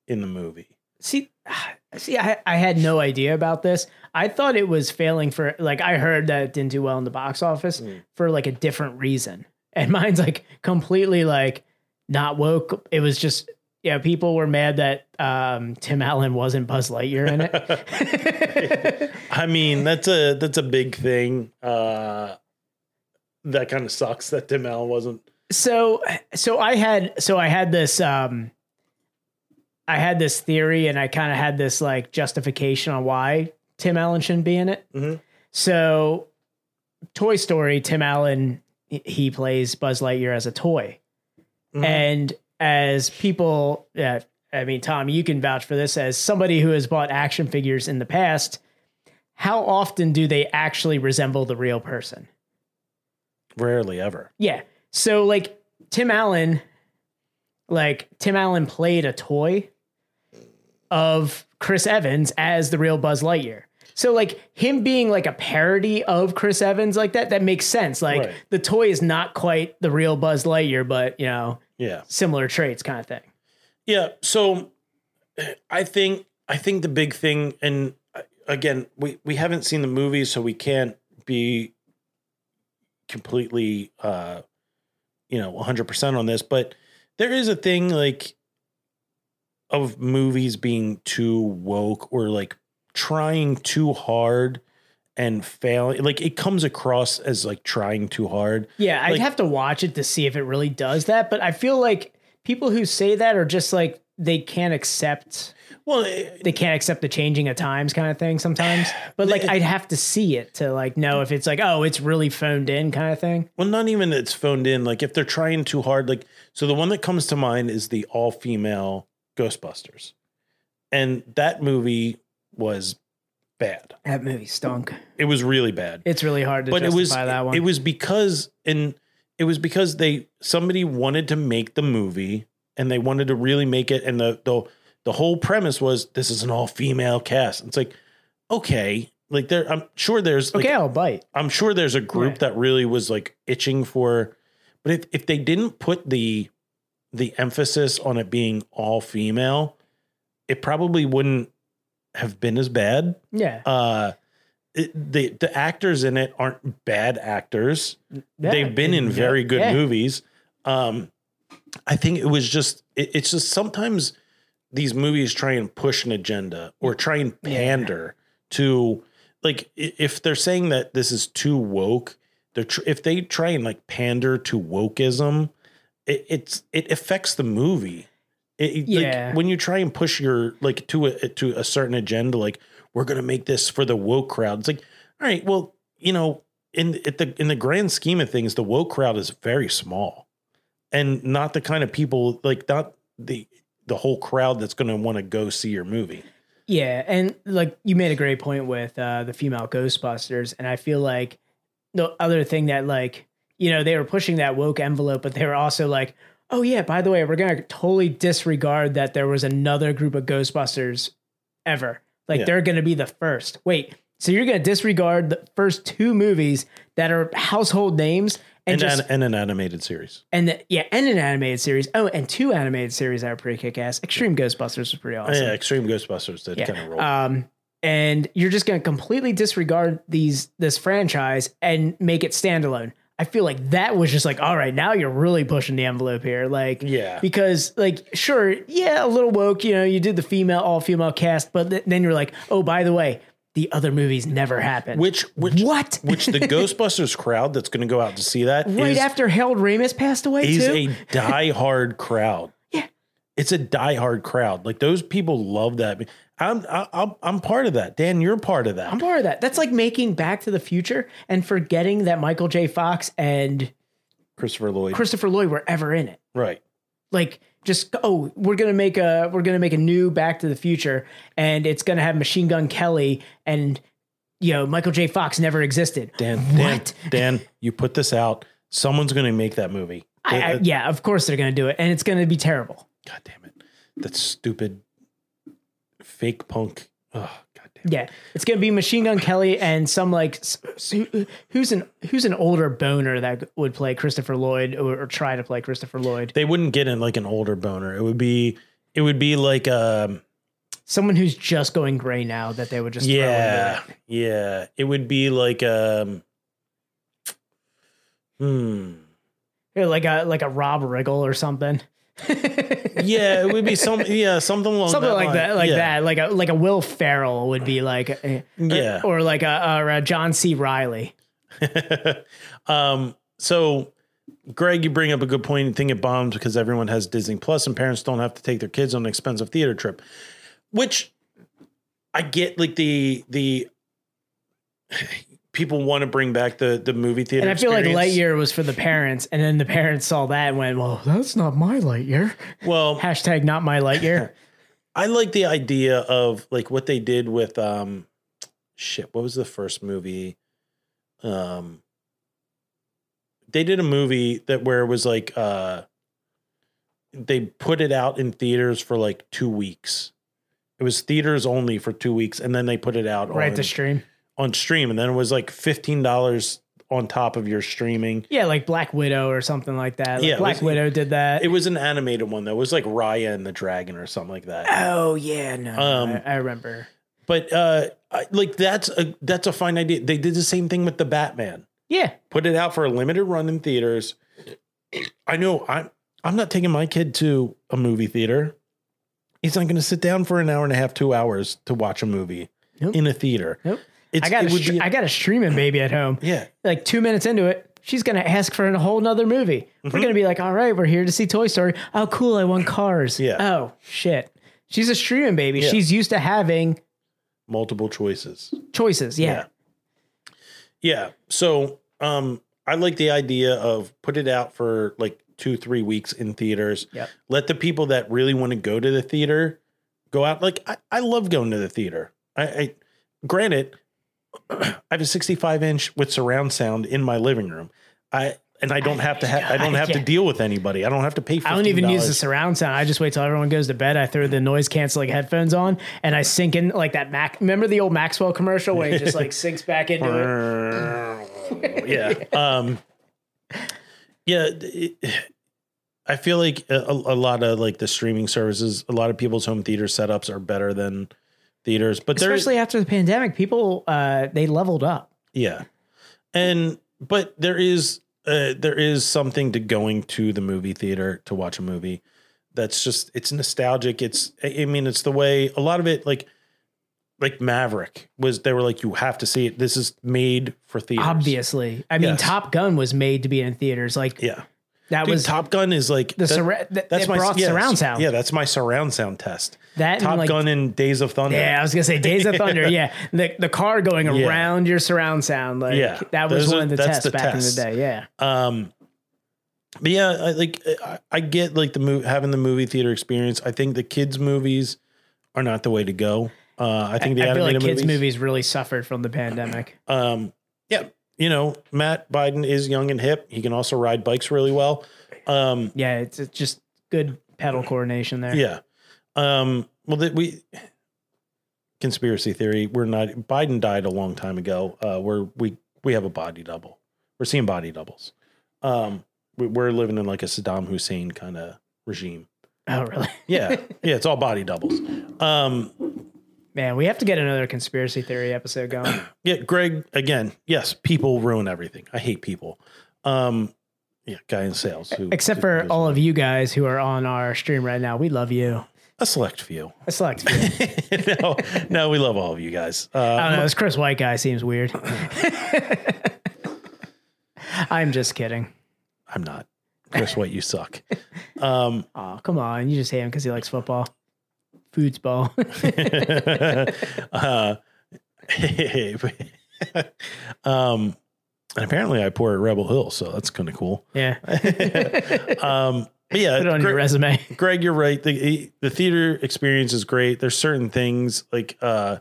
in the movie see (sighs) see I, I had no idea about this i thought it was failing for like i heard that it didn't do well in the box office for like a different reason and (laughs) mine's like completely like not woke it was just yeah people were mad that um tim allen wasn't buzz lightyear in it i mean that's a that's a big thing uh that kind of sucks that tim allen wasn't so so i had so i had this um i had this theory and i kind of had this like justification on why tim allen shouldn't be in it Mhm. so toy story tim allen he- he plays buzz lightyear as a toy Mhm. and as people uh, i mean tom you can vouch for this as somebody who has bought action figures in the past how often do they actually resemble the real person rarely ever yeah. So like Tim Allen, like Tim Allen played a toy of Chris Evans as the real Buzz Lightyear. So like him being like a parody of Chris Evans like that, that makes sense. Like Right. the toy is not quite the real Buzz Lightyear, but you know, yeah similar traits kind of thing. Yeah. So I think I think the big thing, and uh, again, we we haven't seen the movie, so we can't be completely, uh, you know, one hundred percent on this. But there is a thing like of movies being too woke or like trying too hard and failing like it comes across as like trying too hard Yeah, I'd Like- have to watch it to see if it really does that, but I feel like people who say that are just like they can't accept well they can't accept the changing of times kind of thing sometimes. But like I'd have to see it to like know if it's like, oh, it's really phoned in kind of thing. Well, not even that it's phoned in. Like if they're trying too hard, like so the one that comes to mind is the all female Ghostbusters. And that movie was bad. That movie stunk. It was really bad. It's really hard to but it justify was that one. it was because and it was because they somebody wanted to make the movie and they wanted to really make it and the the the whole premise was this is an all female cast. It's like, okay, like there, I'm sure there's like, okay, I'll bite. I'm sure there's a group Right. that really was like itching for, but if if they didn't put the the emphasis on it being all female, it probably wouldn't have been as bad. Yeah. Uh, it, the the actors in it aren't bad actors. Yeah. They've been in very good Yeah. movies. Um, I think it was just it, it's just sometimes these movies try and push an agenda or try and pander to like i- if they're saying that this is too woke, they're tr- if they try and like pander to wokeism, it, it's it affects the movie. It, it- Yeah. Like when you try and push your like to a to a certain agenda, like we're gonna make this for the woke crowd. It's like, all right, well, you know, in at the in the grand scheme of things, the woke crowd is very small, and not the kind of people like not the the whole crowd that's going to want to go see your movie. Yeah, and like you made a great point with uh, the female Ghostbusters, and I feel like the other thing that like you know they were pushing that woke envelope, but they were also like, oh yeah, by the way, we're gonna totally disregard that there was another group of Ghostbusters ever. Like Yeah. they're gonna be the first. Wait, so you're gonna disregard the first two movies that are household names And and, just an, and an animated series. and the, yeah, and an animated series. Oh, and two animated series that were pretty kick ass. Extreme Ghostbusters was pretty awesome. Oh, Yeah, Extreme Ghostbusters did kind of roll. Um, and you're just going to completely disregard these this franchise and make it standalone. I feel like that was just like, all right, now you're really pushing the envelope here. Like, Yeah. because like, sure, yeah, a little woke, you know, you did the female all female cast, but th- then you're like, oh, by the way, the other movies never happened. which which what? (laughs) which the Ghostbusters crowd that's going to go out to see that right is- after Harold Ramis passed away is too. (laughs) a diehard crowd. Yeah. It's a diehard crowd. Like those people love that. I'm I- I'm I'm part of that. Dan, you're part of that. I'm part of that. That's like making Back to the Future and forgetting that Michael J. Fox and Christopher Lloyd. Christopher Lloyd were ever in it. right. like just oh we're gonna make a we're gonna make a new back to the future and it's gonna have machine gun kelly and you know michael j fox never existed Dan, what Dan, Dan, you put this out. Someone's going to make that movie. I, I, That- yeah of course they're gonna do it and it's gonna be terrible God damn it. That stupid fake punk. Oh, God damn it. yeah it's gonna be machine gun kelly and some like s- s- who- who's an who's an older boner that would play christopher lloyd or, or try to play christopher lloyd They wouldn't get in like an older boner. It would be, it would be like, um, someone who's just going gray now that they would just throw into yeah, it. yeah. It would be like, um, hmm. Yeah, like a like a rob riggle or something Yeah, it would (laughs) be some, yeah, something along something that like line. that, like Yeah. that, like a like a Will Ferrell would be like, eh, Yeah. or like a, or a John C. Riley. (laughs) um, so Greg, you bring up a good point. Thing it bombs because everyone has Disney Plus and parents don't have to take their kids on an expensive theater trip, which I get like the the people want to bring back the the movie theater. And I feel like experience. Lightyear was for the parents, and then the parents saw that and went, "Well, that's not my Lightyear." Well, Hashtag not my (laughs) Lightyear. I like the idea of like what they did with um shit, what was the first movie? Um they did a movie that where it was like uh they put it out in theaters for like 2 weeks. It was theaters only for 2 weeks and then they put it out right on, to stream. on stream and then it was like $15 on top of your streaming. Yeah, like Black Widow or something like that. Like Yeah, it Black was- Widow did that. It was an animated one though. It was like Raya and the Dragon or something like that. oh yeah, no, Um, I, I remember. But uh, I- like that's a that's a fine idea. They did the same thing with the Batman. Yeah, Put it out for a limited run in theaters. I know I'm I'm not taking my kid to a movie theater. He's not going to sit down for an hour and a half, two hours to watch a movie Nope. in a theater. nope. It's, I got it a would str- be- I got a streaming baby at home. yeah. like two minutes into it, she's gonna ask for a whole nother movie. Mm-hmm. We're gonna be like, all right, we're here to see Toy Story. Oh, cool, I won Cars. Yeah. Oh shit. She's a streaming baby. Yeah. She's used to having Multiple choices. choices. Yeah. Yeah. So um I like the idea of put it out for like two, three weeks in theaters. Yep. Let the people that really want to go to the theater go out. Like I, I love going to the theater. I, I (clears throat) granted I have a 65 inch with surround sound in my living room. I and I don't have to. Ha- I don't have to yeah. deal with anybody. I don't have to pay. $15. I don't even use the surround sound. I just wait till everyone goes to bed. I throw the noise canceling headphones on and I sink in like that Mac. Remember the old Maxwell commercial where he just (laughs) like sinks back into it? (laughs) yeah. Um, yeah. it- I feel like a, a a lot of like the streaming services, a lot of people's home theater setups are better than theaters, but there's Especially after the pandemic, people uh, they leveled up. yeah. And, but there is, uh, there is something to going to the movie theater to watch a movie. That's just, it's nostalgic. It's, I I mean, it's the way a lot of it, like, like Maverick was, they were like, you have to see it. This is made for theaters. Obviously, I mean, Yes. Top Gun was made to be in theaters. Like Yeah. that Dude, was Top Gun is like the surra- that- it brought yeah, surround sound. Yeah, that's my surround sound test. That and, Top like- Gun and Days of Thunder. Yeah, I was gonna (laughs) say Days of Thunder. Yeah, the the car going Yeah. around your surround sound. Like Yeah. that was Those one are- of the that's tests the back test. in the day. Yeah, Um, but yeah, I, like I, I get like the movie having the movie theater experience. I think the kids movies are not the way to go. Uh, I think the I feel like animated kids' movies, movies really suffered from the pandemic. Um, yeah, you know, Matt Biden is young and hip. He can also ride bikes really well. Um, Yeah, it's, it's just good pedal coordination there. Yeah. Um, well, that we conspiracy theory. We're not. Biden died a long time ago. Uh, we're we we have a body double. We're seeing body doubles. Um, we, we're living in like a Saddam Hussein kind of regime. Oh, really? (laughs) Yeah, yeah. It's all body doubles. Um, Man, we have to get another conspiracy theory episode (coughs) going. Yeah, Greg, again, yes, people ruin everything. I hate people. Um, yeah, guy in sales. Who, Except for all of you guys who are on our stream right now. We love you. a select few. (laughs) A select Uh, few. no, no, we love all of you guys. Uh, I don't know. This Chris White guy seems (laughs) weird. (laughs) I'm just kidding. I'm not. Chris White, you suck. Oh, come on. You just hate him because he likes football. Football. (laughs) uh, (laughs) um, and apparently I pour at Rebel Hill, so that's kind of cool. yeah. Uh, Um, but yeah, Put it on your Gre- resume. Greg, you're right. The the theater experience is great. There's certain things like uh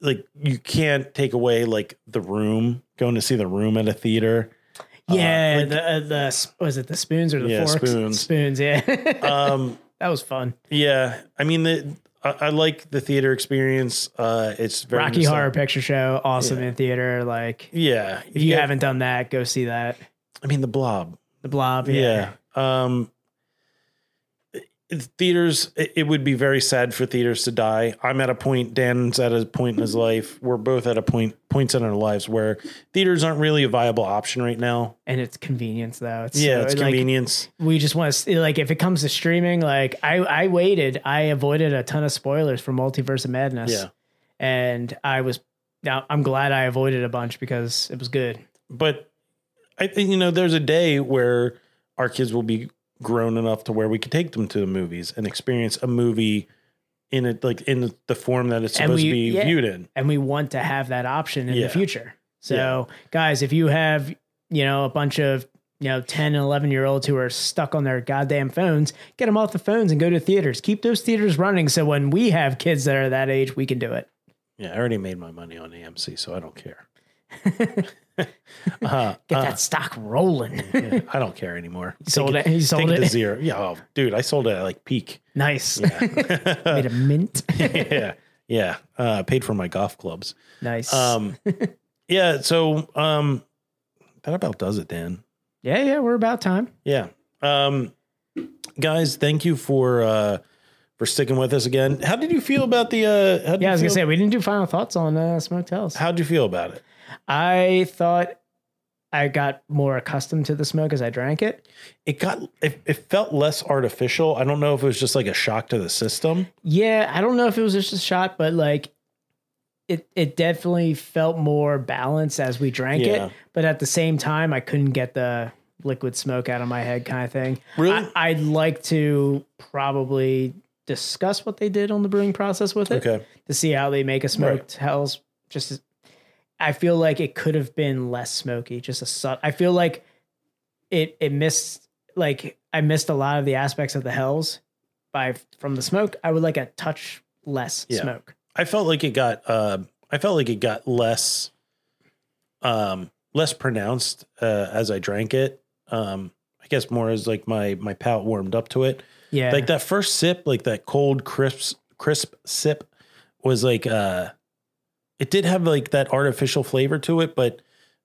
like you can't take away like the room, going to see the room at a theater. (laughs) Yeah. the, uh, the, s- was it the spoons or the Yeah, forks? spoons. Spoons, yeah. (laughs) Um that was fun. yeah, I mean the I, I like the theater experience. Uh it's very Rocky nostalgic. Horror Picture Show, awesome in theater. Like, Yeah. if you haven't done that, go see that. I mean the blob. The Blob. Yeah. Um it- theaters it, it would be very sad for theaters to die. I'm at a point, Dan's at a point (laughs) in his life. We're both at a point points in our lives where theaters aren't really a viable option right now. And it's convenience, though. It's Yeah, so- it's like, convenience. We just want to, like, if it comes to streaming, like, I, I waited, I avoided a ton of spoilers for Multiverse of Madness. Yeah. And I was, now I'm glad I avoided a bunch because it was good. But I think you know, there's a day where our kids will be grown enough to where we could take them to the movies and experience a movie in it like in the form that it's And supposed we- to be yeah. viewed in. and we want to have that option in Yeah. the future. So, guys, if you have, you know, a bunch of, you know, 10 and 11 year olds who are stuck on their goddamn phones, get them off the phones and go to theaters. Keep those theaters running. So, when we have kids that are that age, we can do it. Yeah, I already made my money on AMC, so I don't care. Get that stock rolling. Uh. (laughs) Yeah, I don't care anymore. sold Take it. You sold take it to it. zero. Yeah, oh, dude, I sold it at (laughs) like peak. nice. yeah, Made a mint. yeah. Uh, paid for my golf clubs. (laughs) nice. (laughs) Um, yeah. So um, that about does it, Dan. yeah, yeah, we're about time. Yeah. Um, guys, thank you for uh, for sticking with us again. How did you feel about the? Uh, how did Yeah, I was going to you feel- say, we didn't do final thoughts on uh, Smoke Tells. How'd you feel about it? I thought I got more accustomed to the smoke as I drank it. It got it, it felt less artificial. I don't know if it was just like a shock to the system. Yeah, I don't know if it was just a shot, but like it it definitely felt more balanced as we drank Yeah. it. But at the same time, I couldn't get the liquid smoke out of my head kind of thing. Really? I, I'd like to probably discuss what they did on the brewing process with it Okay. to see how they make a smoke Right. tells just as- I feel like it could have been less smoky, just a sub I feel like it it missed like I missed a lot of the aspects of the hells by from the smoke. I would like a touch less Yeah. smoke. I felt like it got uh, I felt like it got less um less pronounced uh, as I drank it. Um, I guess more as like my my palate warmed up to it. Yeah. Like that first sip, like that cold crisp crisp sip was like uh it did have like that artificial flavor to it, but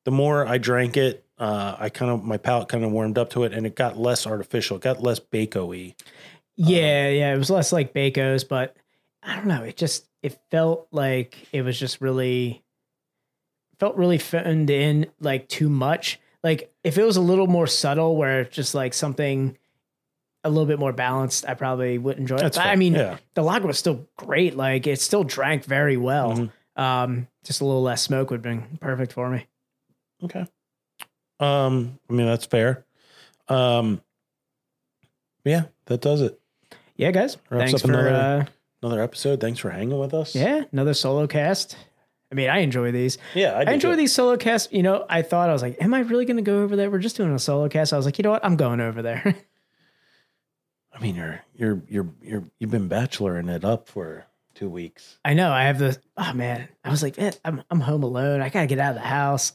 the more I drank it, uh I kind of my palate kind of warmed up to it and it got less artificial, it got less bako-y. Um, Yeah, yeah, it was less like Baco's, but I don't know. It just it felt like it was just really felt really phoned in like too much. Like if it was a little more subtle, where it's just like something a little bit more balanced, I probably would enjoy it. That's But, fair, I mean, yeah. the lager was still great. Like it still drank very well. Mm-hmm. Um, just a little less smoke would have been perfect for me. Okay. Um, I mean that's fair. Um yeah, that does it. Yeah, guys. Wraps thanks up for another- uh, Another episode. Thanks for hanging with us. yeah another solo cast. I mean, I enjoy these. Yeah, I did enjoy too. these solo casts. You know, I thought I was like, "Am I really going to go over there?" We're just doing a solo cast. I was like, "You know what? I'm going over there." (laughs) I mean, you're you're you're you're you've been bacheloring it up for two weeks. I know. I have the. Oh man, I was like, eh, "I'm I'm home alone. I gotta get out of the house."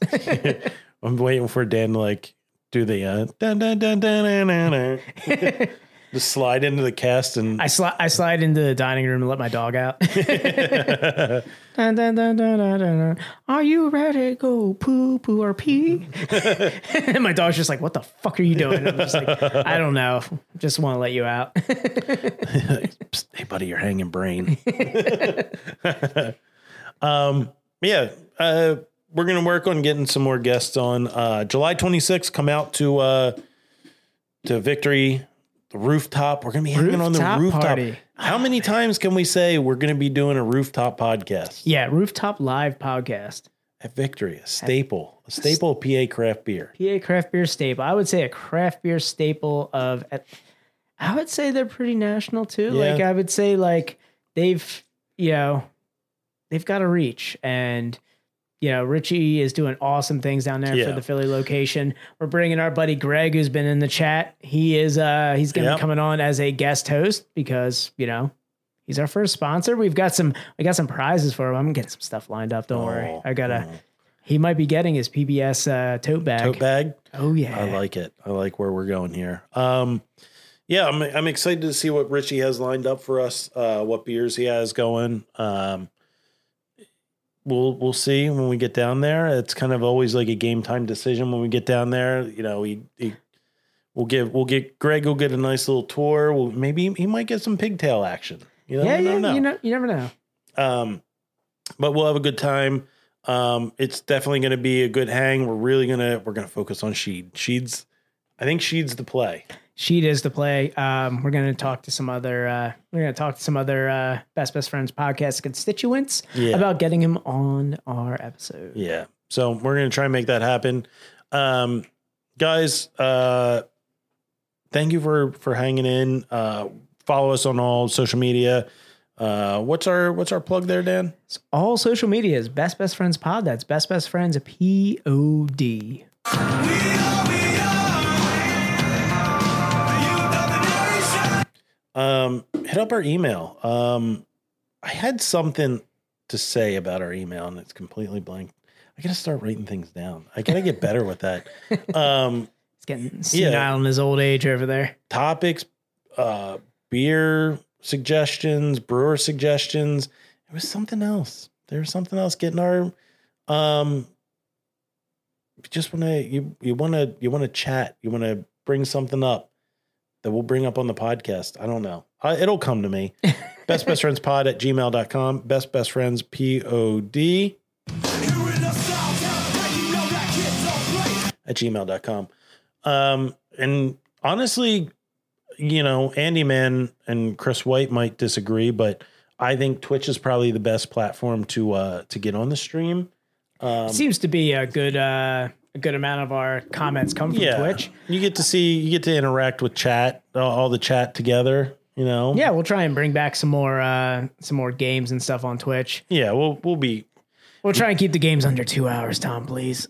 (laughs) I'm waiting for Dan to like do the uh, dun, dun, dun, dun, dun, dun, (laughs) dun. just slide into the cast and I slide I slide into the dining room and let my dog out. (laughs) Dun, dun, dun, dun, dun, dun, dun. Are you ready to go poo poo or pee? (laughs) and my dog's just like, "What the fuck are you doing?" I'm just like, "I don't know. Just want to let you out." (laughs) Psst, hey buddy, you're hanging (laughs) brain. (laughs) um, yeah, uh, we're gonna work on getting some more guests on. Uh, July 26th, come out to uh, to Victory the rooftop. We're gonna be hanging on the Rooftop rooftop. party. How many times can we say we're gonna be doing a rooftop podcast yeah, rooftop live podcast. at Victory? A staple, a staple of PA craft beer. PA craft beer staple. I would say a craft beer staple of. I would say they're pretty national too. Yeah. Like I would say, like they've you know they've got a reach, and you know Richie is doing awesome things down there Yeah. for the Philly location. We're bringing our buddy Greg, who's been in the chat. He is uh he's gonna Yep. be coming on as a guest host because you know. He's our first sponsor. We've got some we got some prizes for him. I'm getting some stuff lined up. Don't worry. Oh, I gotta he might be getting his PBS uh tote bag. Tote bag. Oh yeah. I like it. I like where we're going here. Um, yeah, I'm I'm excited to see what Richie has lined up for us. Uh, what beers he has going. Um, we'll we'll see when we get down there. It's kind of always like a game time decision when we get down there. You know, he, he we'll give we'll get Greg will get a nice little tour. We'll, maybe he might get some pigtail action. You know, yeah, we yeah, don't know. you know, you never know. Um, but we'll have a good time. Um, it's definitely going to be a good hang. We're really gonna we're gonna focus on Sheed. Sheed's, I think Sheed's the play. Sheet is the play. Um, we're gonna talk to some other. Uh, we're gonna talk to some other uh, best best friends podcast constituents Yeah. about getting him on our episode. Yeah. So we're gonna try and make that happen. Um, guys, uh, thank you for for hanging in. Uh, follow us on all social media. Uh, what's our what's our plug there, Dan? It's all social media is best best friends pod. That's best best friends p o d. um, hit up our email. Um, I had something to say about our email, and it's completely blank. I gotta start writing things down. I gotta get better with that. Um, It's getting senile in his old age over there. topics, uh, beer suggestions, brewer suggestions. It was something else. There was something else getting our. Um, if you just want to you you want to you want to chat. You want to bring something up that we'll bring up on the podcast. I don't know. I, it'll come to me. Best best friends pod at gmail.com. Best best friends pod at gmail.com. Um, and honestly, you know, Andy Mann and Chris White might disagree, but I think Twitch is probably the best platform to uh to get on the stream. Seems to be a good uh, a good amount of our comments come from Yeah, Twitch. you get to see, you get to interact with chat, uh, all the chat together. You know, Yeah, we'll try and bring back some more uh, some more games and stuff on Twitch. yeah. We'll we'll be. We'll try and keep the games under two hours, Tom. Please.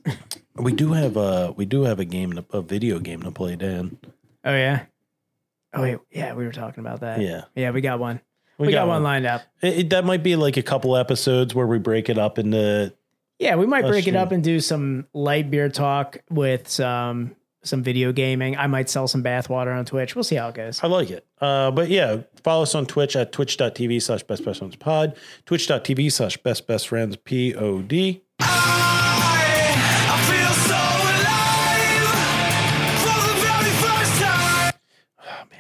We do have a we do have a game to, a video game to play, Dan. Oh yeah. Oh wait, yeah, we were talking about that. Yeah. Yeah, we got one. We, got, got one one. lined up. It, it- that might be like a couple episodes where we break it up into Yeah, we might That's break it true. up and do some light beer talk with some some video gaming. I might sell some bathwater on Twitch. We'll see how it goes. I like it. Uh, but yeah, follow us on Twitch at twitch.tv slash best best friends pod, twitch.tv slash best best friends pod. I feel so alive for the very first time.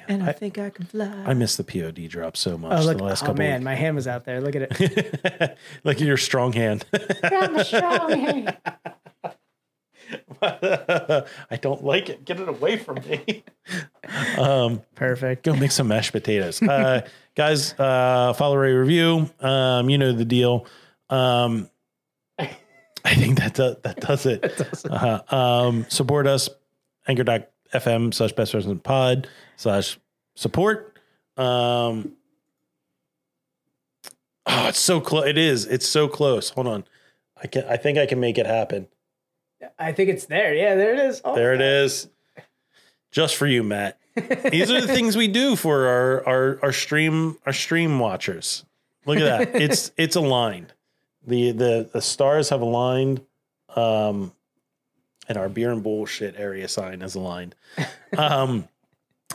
And I, think I can fly. I miss the pod drop so much Oh, look, the last oh couple man, of my hand was out there. Look at (laughs) it. like your (laughs) strong hand. (laughs) uh, I don't like it. Get it away from me. Perfect. Go make some mashed potatoes. Uh, (laughs) guys, uh, follow rate review. Um, you know the deal. Um, I think that do, (laughs) that does it. Uh-huh. Um, support us, anchor.fm slash best person pod slash support. Um, oh, it's so close. It is. It's so close. Hold on. I can. I think I can make it happen. I think it's there. Yeah, there it is. Oh, There it is. Just for you, Matt. These are the things we do for our our our stream our stream watchers. Look at that. It's it's aligned. The the the stars have aligned um and our beer and bullshit area sign is aligned. Um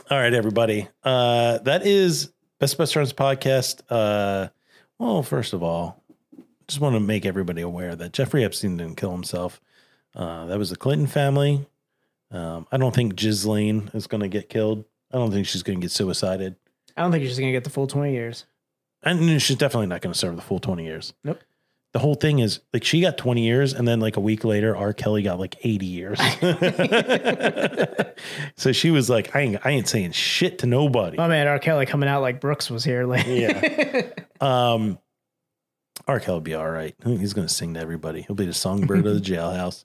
all right everybody. Uh that is Best Best Friends podcast. Uh well, first of all, just want to make everybody aware that Jeffrey Epstein didn't kill himself. Uh, that was the Clinton family. Um, I don't think Ghislaine is going to get killed. I don't think she's going to get suicided. I don't think you're just gonna get the full twenty years. And she's definitely not going to serve the full 20 years. Nope. The whole thing is like she got 20 years, and then like a week later, R. Kelly got like 80 years. so she was like, I ain't, I ain't saying shit to nobody. My man R. Kelly coming out like Brooks was here. Like, Yeah. Um, R. Kelly will be all right. He's going to sing to everybody. He'll be the songbird of the jailhouse.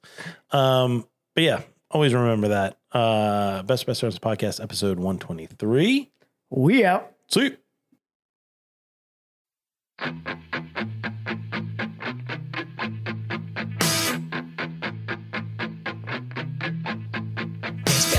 Um, but yeah, always remember that. Uh, Best Best Friends Podcast, episode 123. we out. See you. Best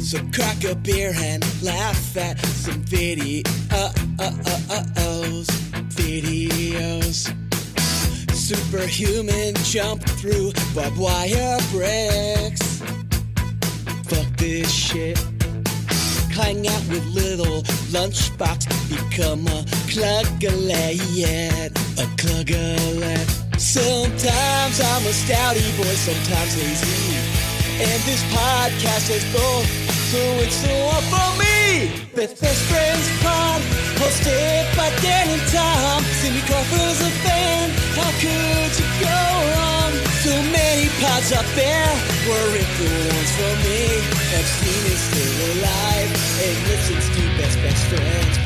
So crack a beer and laugh at some video, videos. Superhuman jump through barbed wire bricks. Fuck this shit. Clang out with little lunchbox. Become a cluggalet, a cluggalet. Sometimes I'm a stouty boy, sometimes lazy. And this podcast is both, so it's all for me. Best Best Friends Pod, hosted by Dan and Tom. Cindy Crawford's a fan, how could you go wrong? So many pods up there, were it the ones for me? Epstein is still alive and listens to Best Best Friends